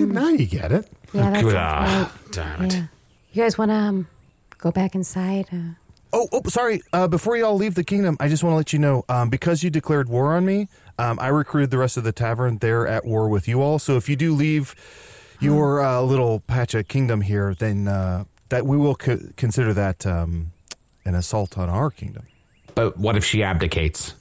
[SPEAKER 5] now you get it.
[SPEAKER 6] Yeah, that's
[SPEAKER 4] Ah, damn it.
[SPEAKER 6] Yeah. You guys want to um, go back inside? Uh,
[SPEAKER 3] Oh, oh, sorry. Uh, before you all leave the kingdom, I just want to let you know um, because you declared war on me, um, I recruited the rest of the tavern. They're at war with you all. So if you do leave your uh, little patch of kingdom here, then uh, that we will co- consider that um, an assault on our kingdom.
[SPEAKER 4] But what if she abdicates?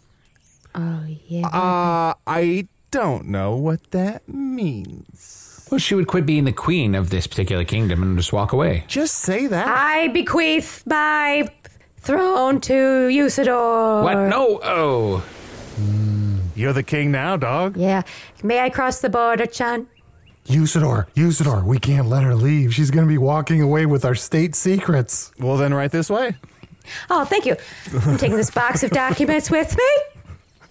[SPEAKER 3] Oh, yeah. Uh, I don't know what that means.
[SPEAKER 4] Well, she would quit being the queen of this particular kingdom and just walk away.
[SPEAKER 3] Just say that.
[SPEAKER 6] I bequeath my throne to Usador.
[SPEAKER 4] What? No. Oh.
[SPEAKER 3] You're the king now, dog.
[SPEAKER 6] Yeah. May I cross the border, Chan?
[SPEAKER 5] Usador, Usador, we can't let her leave. She's going to be walking away with our state secrets.
[SPEAKER 3] Well, then, right this way.
[SPEAKER 6] Oh, thank you. I'm taking this box of documents with me.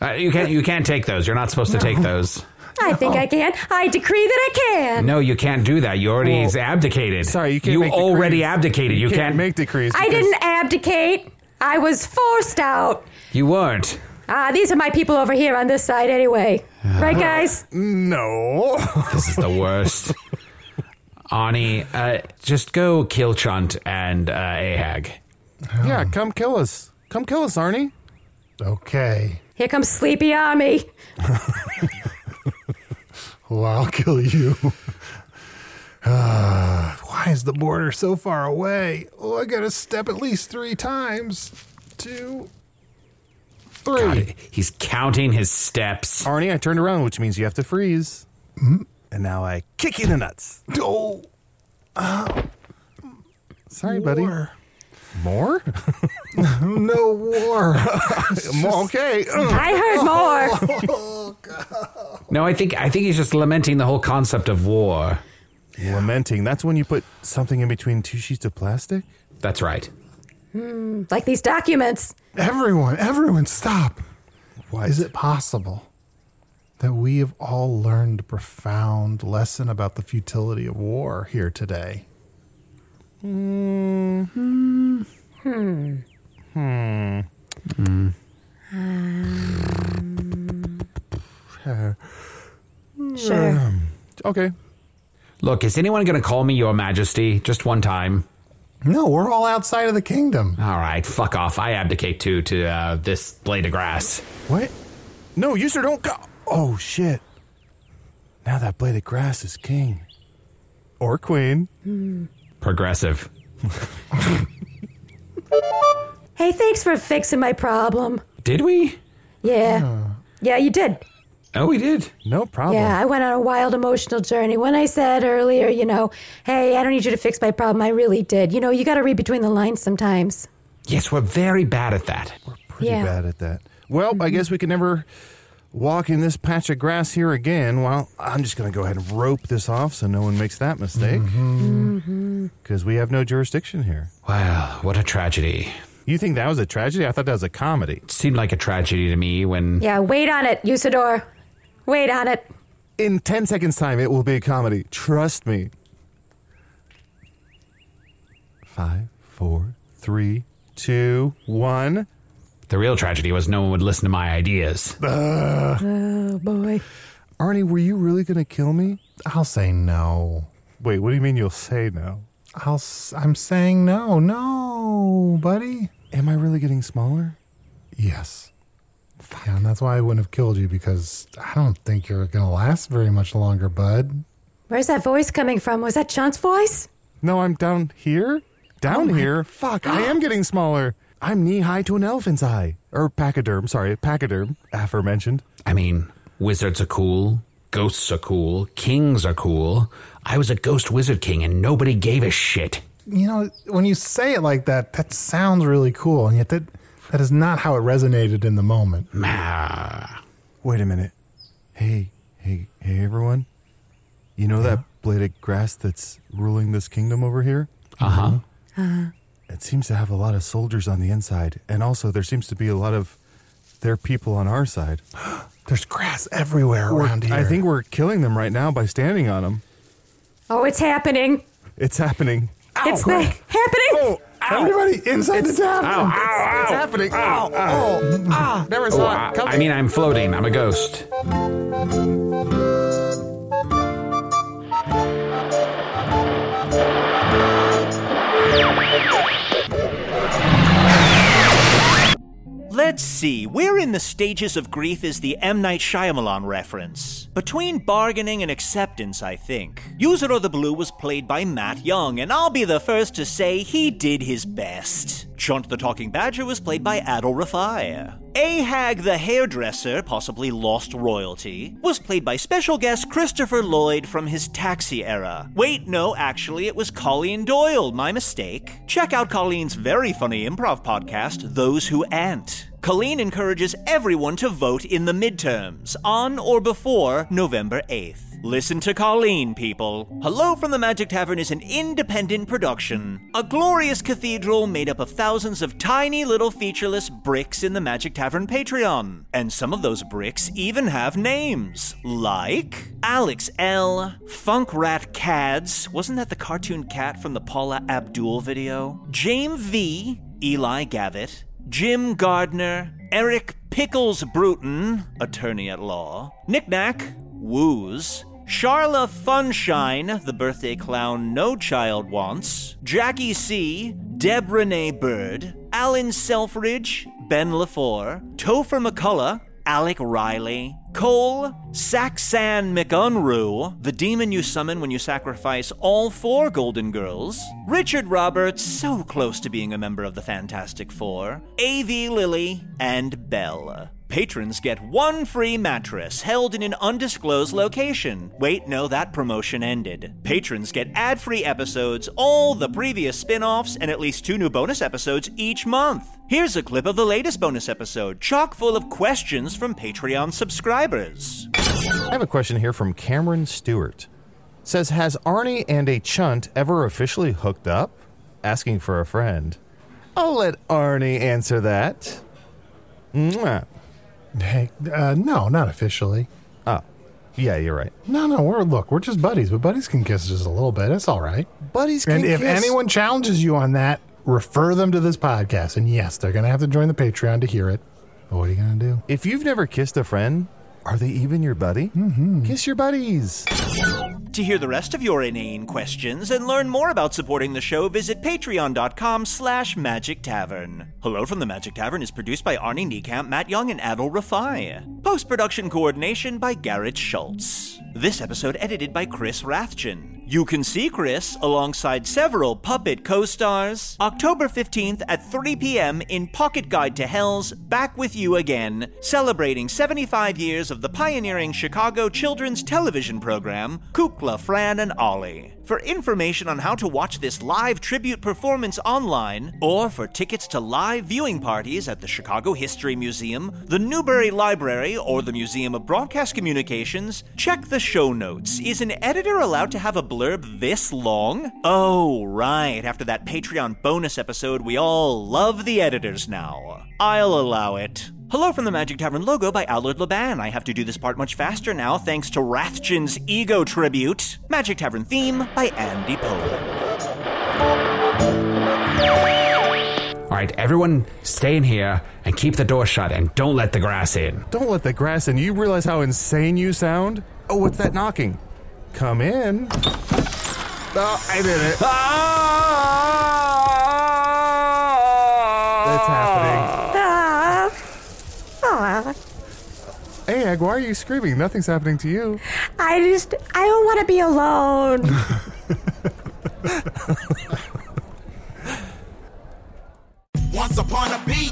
[SPEAKER 4] Uh, you can't. You can't take those. You're not supposed to take those.
[SPEAKER 6] I think I can. I decree that I can.
[SPEAKER 4] No, you can't do that. You already
[SPEAKER 3] Well,
[SPEAKER 4] abdicated.
[SPEAKER 3] sorry, you can't
[SPEAKER 4] You
[SPEAKER 3] make
[SPEAKER 4] already
[SPEAKER 3] decrees.
[SPEAKER 4] abdicated. You,
[SPEAKER 3] You can't
[SPEAKER 4] can't,
[SPEAKER 3] make decrees.
[SPEAKER 6] I didn't abdicate. I was forced out.
[SPEAKER 4] You weren't.
[SPEAKER 6] Ah, these are my people over here on this side anyway. Right, guys?
[SPEAKER 3] No.
[SPEAKER 4] This is the worst. Arnie, uh, just go kill Chunt and uh, Ahag.
[SPEAKER 3] Yeah, come kill us. Come kill us, Arnie.
[SPEAKER 5] Okay.
[SPEAKER 6] Here comes Sleepy Army.
[SPEAKER 5] Well, I'll kill you. Ah, why is the border so far away? Oh, I got to step at least three times. Two, three.
[SPEAKER 4] God, he's counting his steps.
[SPEAKER 3] Arnie, I turned around, which means you have to freeze. And now I kick you in the nuts.
[SPEAKER 5] Oh,
[SPEAKER 3] Sorry, buddy.
[SPEAKER 5] war.
[SPEAKER 3] More?
[SPEAKER 5] No war.
[SPEAKER 3] More? Okay.
[SPEAKER 6] I heard more.
[SPEAKER 4] No, I think I think he's just lamenting the whole concept of war.
[SPEAKER 3] Lamenting. That's when you put something in between two sheets of plastic?
[SPEAKER 4] That's right.
[SPEAKER 6] Hmm, like these documents.
[SPEAKER 5] Everyone, everyone, stop.
[SPEAKER 3] Why
[SPEAKER 5] Is it possible that we have all learned a profound lesson about the futility of war here today?
[SPEAKER 6] Mm-hmm.
[SPEAKER 3] Hmm. Mm.
[SPEAKER 6] Sure.
[SPEAKER 3] Um, Okay.
[SPEAKER 4] Look, is anyone going to call me Your Majesty just one time?
[SPEAKER 5] No, we're all outside of the kingdom.
[SPEAKER 4] All right, fuck off. I abdicate too to uh, this blade of grass.
[SPEAKER 3] What? No, user, don't go. Oh, shit. Now that blade of grass is king. Or queen.
[SPEAKER 4] Progressive.
[SPEAKER 6] Hey, thanks for fixing my problem.
[SPEAKER 4] Did we?
[SPEAKER 6] Yeah. Yeah, you did.
[SPEAKER 4] Oh, we did.
[SPEAKER 3] No problem.
[SPEAKER 6] Yeah, I went on a wild emotional journey. When I said earlier, you know, hey, I don't need you to fix my problem, I really did. You know, you got to read between the lines sometimes.
[SPEAKER 4] Yes, we're very bad at that.
[SPEAKER 3] Pretty
[SPEAKER 6] Yeah.
[SPEAKER 3] bad at that. Well, I guess we can never walk in this patch of grass here again. Well, I'm just going to go ahead and rope this off so no one makes that mistake.
[SPEAKER 4] Mm-hmm.
[SPEAKER 3] Because we have no jurisdiction here.
[SPEAKER 4] Well, what a tragedy.
[SPEAKER 3] You think that was a tragedy? I thought that was a comedy.
[SPEAKER 4] It seemed like a tragedy to me when
[SPEAKER 6] Yeah, wait on it, Usador. Wait on it.
[SPEAKER 3] In 10 seconds' time, it will be a comedy. Trust me. Five, four, three, two, one.
[SPEAKER 4] the real tragedy was no one would listen to my ideas.
[SPEAKER 6] Oh, boy.
[SPEAKER 3] Arnie, were you really going to kill me?
[SPEAKER 5] I'll say no.
[SPEAKER 3] Wait, what do you mean you'll say no?
[SPEAKER 5] I'll. s- I'm saying no, no, buddy.
[SPEAKER 3] Am I really getting smaller?
[SPEAKER 5] Yes. Yeah, and that's why I wouldn't have killed you because I don't think you're going to last very much longer, bud.
[SPEAKER 6] Where's that voice coming from? Was that Chunt's voice?
[SPEAKER 3] No, I'm down here.
[SPEAKER 5] Oh
[SPEAKER 3] Down here? Fuck, I am getting smaller. I'm knee high to an elephant's eye. Or pachyderm, sorry, pachyderm, aforementioned.
[SPEAKER 4] I mean, wizards are cool, ghosts are cool, kings are cool. I was a ghost wizard king and nobody gave a shit.
[SPEAKER 5] You know, when you say it like that, that sounds really cool, and yet that that is not how it resonated in the moment.
[SPEAKER 4] Ah.
[SPEAKER 3] Wait a minute. Hey, hey, hey, everyone. You know that blade of grass that's ruling this kingdom over here?
[SPEAKER 4] Uh-huh.
[SPEAKER 5] Mm-hmm.
[SPEAKER 3] It seems to have a lot of soldiers on the inside, and also there seems to be a lot of their people on our side.
[SPEAKER 5] There's grass everywhere
[SPEAKER 3] We're-
[SPEAKER 5] around here.
[SPEAKER 3] I think we're killing them right now by standing on them.
[SPEAKER 6] Oh, it's happening.
[SPEAKER 3] It's happening.
[SPEAKER 6] it's the, happening.
[SPEAKER 5] everybody inside the tavern.
[SPEAKER 3] It's happening. Ow, ow, ah, never
[SPEAKER 4] Oh,
[SPEAKER 3] saw
[SPEAKER 4] I,
[SPEAKER 3] it coming.
[SPEAKER 4] I mean, I'm floating. I'm a ghost.
[SPEAKER 2] Let's see, where in the stages of grief is the M. Night Shyamalan reference? Between bargaining and acceptance, I think. User of the Blue was played by Matt Young, and I'll be the first to say he did his best. Chunt the Talking Badger was played by Adol Rafai. Ahag the Hairdresser, possibly lost royalty, was played by special guest Christopher Lloyd from his taxi era. Wait, no, actually, it was Colleen Doyle, my mistake. Check out Colleen's very funny improv podcast, Those Who Ant. Colleen encourages everyone to vote in the midterms, on or before November 8th. Listen to Colleen, people. Hello from the Magic Tavern is an independent production, a glorious cathedral made up of thousands of tiny little featureless bricks in the Magic Tavern Patreon. And some of those bricks even have names, like Alex L, Funk Rat Cads, wasn't that the cartoon cat from the Paula Abdul video? James V, Eli Gavitt, Jim Gardner, Eric Pickles Bruton, attorney at law, Knickknack, Woos, Charla Funshine, the birthday clown no child wants, Jackie C., Deb Renee Bird, Alan Selfridge, Ben LaFour, Topher McCullough, Alec Riley, Cole, Saxan McUnru, the demon you summon when you sacrifice all four Golden Girls, Richard Roberts, so close to being a member of the Fantastic Four, A.V. Lilly, and Belle. Patrons get one free mattress held in an undisclosed location. Wait, no, that promotion ended. Patrons get ad free episodes, all the previous spin offs, and at least two new bonus episodes each month. Here's a clip of the latest bonus episode, chock full of questions from Patreon subscribers.
[SPEAKER 3] I have a question here from Cameron Stewart. It says, has Arnie and a chunt ever officially hooked up? Asking for a friend. I'll let Arnie answer that. Mwah.
[SPEAKER 5] Hey, uh, no, not officially.
[SPEAKER 3] Oh, yeah, you're right.
[SPEAKER 5] No, no, we're look, we're just buddies, but buddies can kiss just a little bit. It's all right.
[SPEAKER 3] Buddies
[SPEAKER 5] and
[SPEAKER 3] can
[SPEAKER 5] if
[SPEAKER 3] kiss.
[SPEAKER 5] anyone challenges you on that, refer them to this podcast. And yes, they're gonna have to join the Patreon to hear it. But what are you gonna do?
[SPEAKER 3] If you've never kissed a friend, are they even your buddy? Mm-hmm. Kiss your buddies.
[SPEAKER 2] To hear the rest of your inane questions and learn more about supporting the show, visit patreon.com slash magic tavern. Hello from the Magic Tavern is produced by Arnie Niekamp, Matt Young, and Adol Rafai. Post-production coordination by Garrett Schultz. This episode edited by Chris Rathjen. You can see Chris alongside several puppet co-stars October 15th at 3 p.m. in Pocket Guide to Hell's Back with You Again, celebrating 75 years of the pioneering Chicago children's television program Kukla, Fran, and Ollie. For information on how to watch this live tribute performance online, or for tickets to live viewing parties at the Chicago History Museum, the Newberry Library, or the Museum of Broadcast Communications, check the show notes. Is an editor allowed to have a blurb this long? Oh, right, after that Patreon bonus episode, we all love the editors now. I'll allow it. Hello from the Magic Tavern logo by Allard Laban. I have to do this part much faster now thanks to Rathjen's ego tribute. Magic Tavern theme by Andy Poland.
[SPEAKER 4] All right, everyone stay in here and keep the door shut and don't let the grass in.
[SPEAKER 3] Don't let the grass in. You realize how insane you sound? Oh, what's that knocking? Come in. Oh, I did it. That's happening.
[SPEAKER 6] Ah. Ah.
[SPEAKER 3] Hey, Ag, why are you screaming? Nothing's happening to you.
[SPEAKER 6] I just, I don't want to be alone.
[SPEAKER 10] Once upon a beat.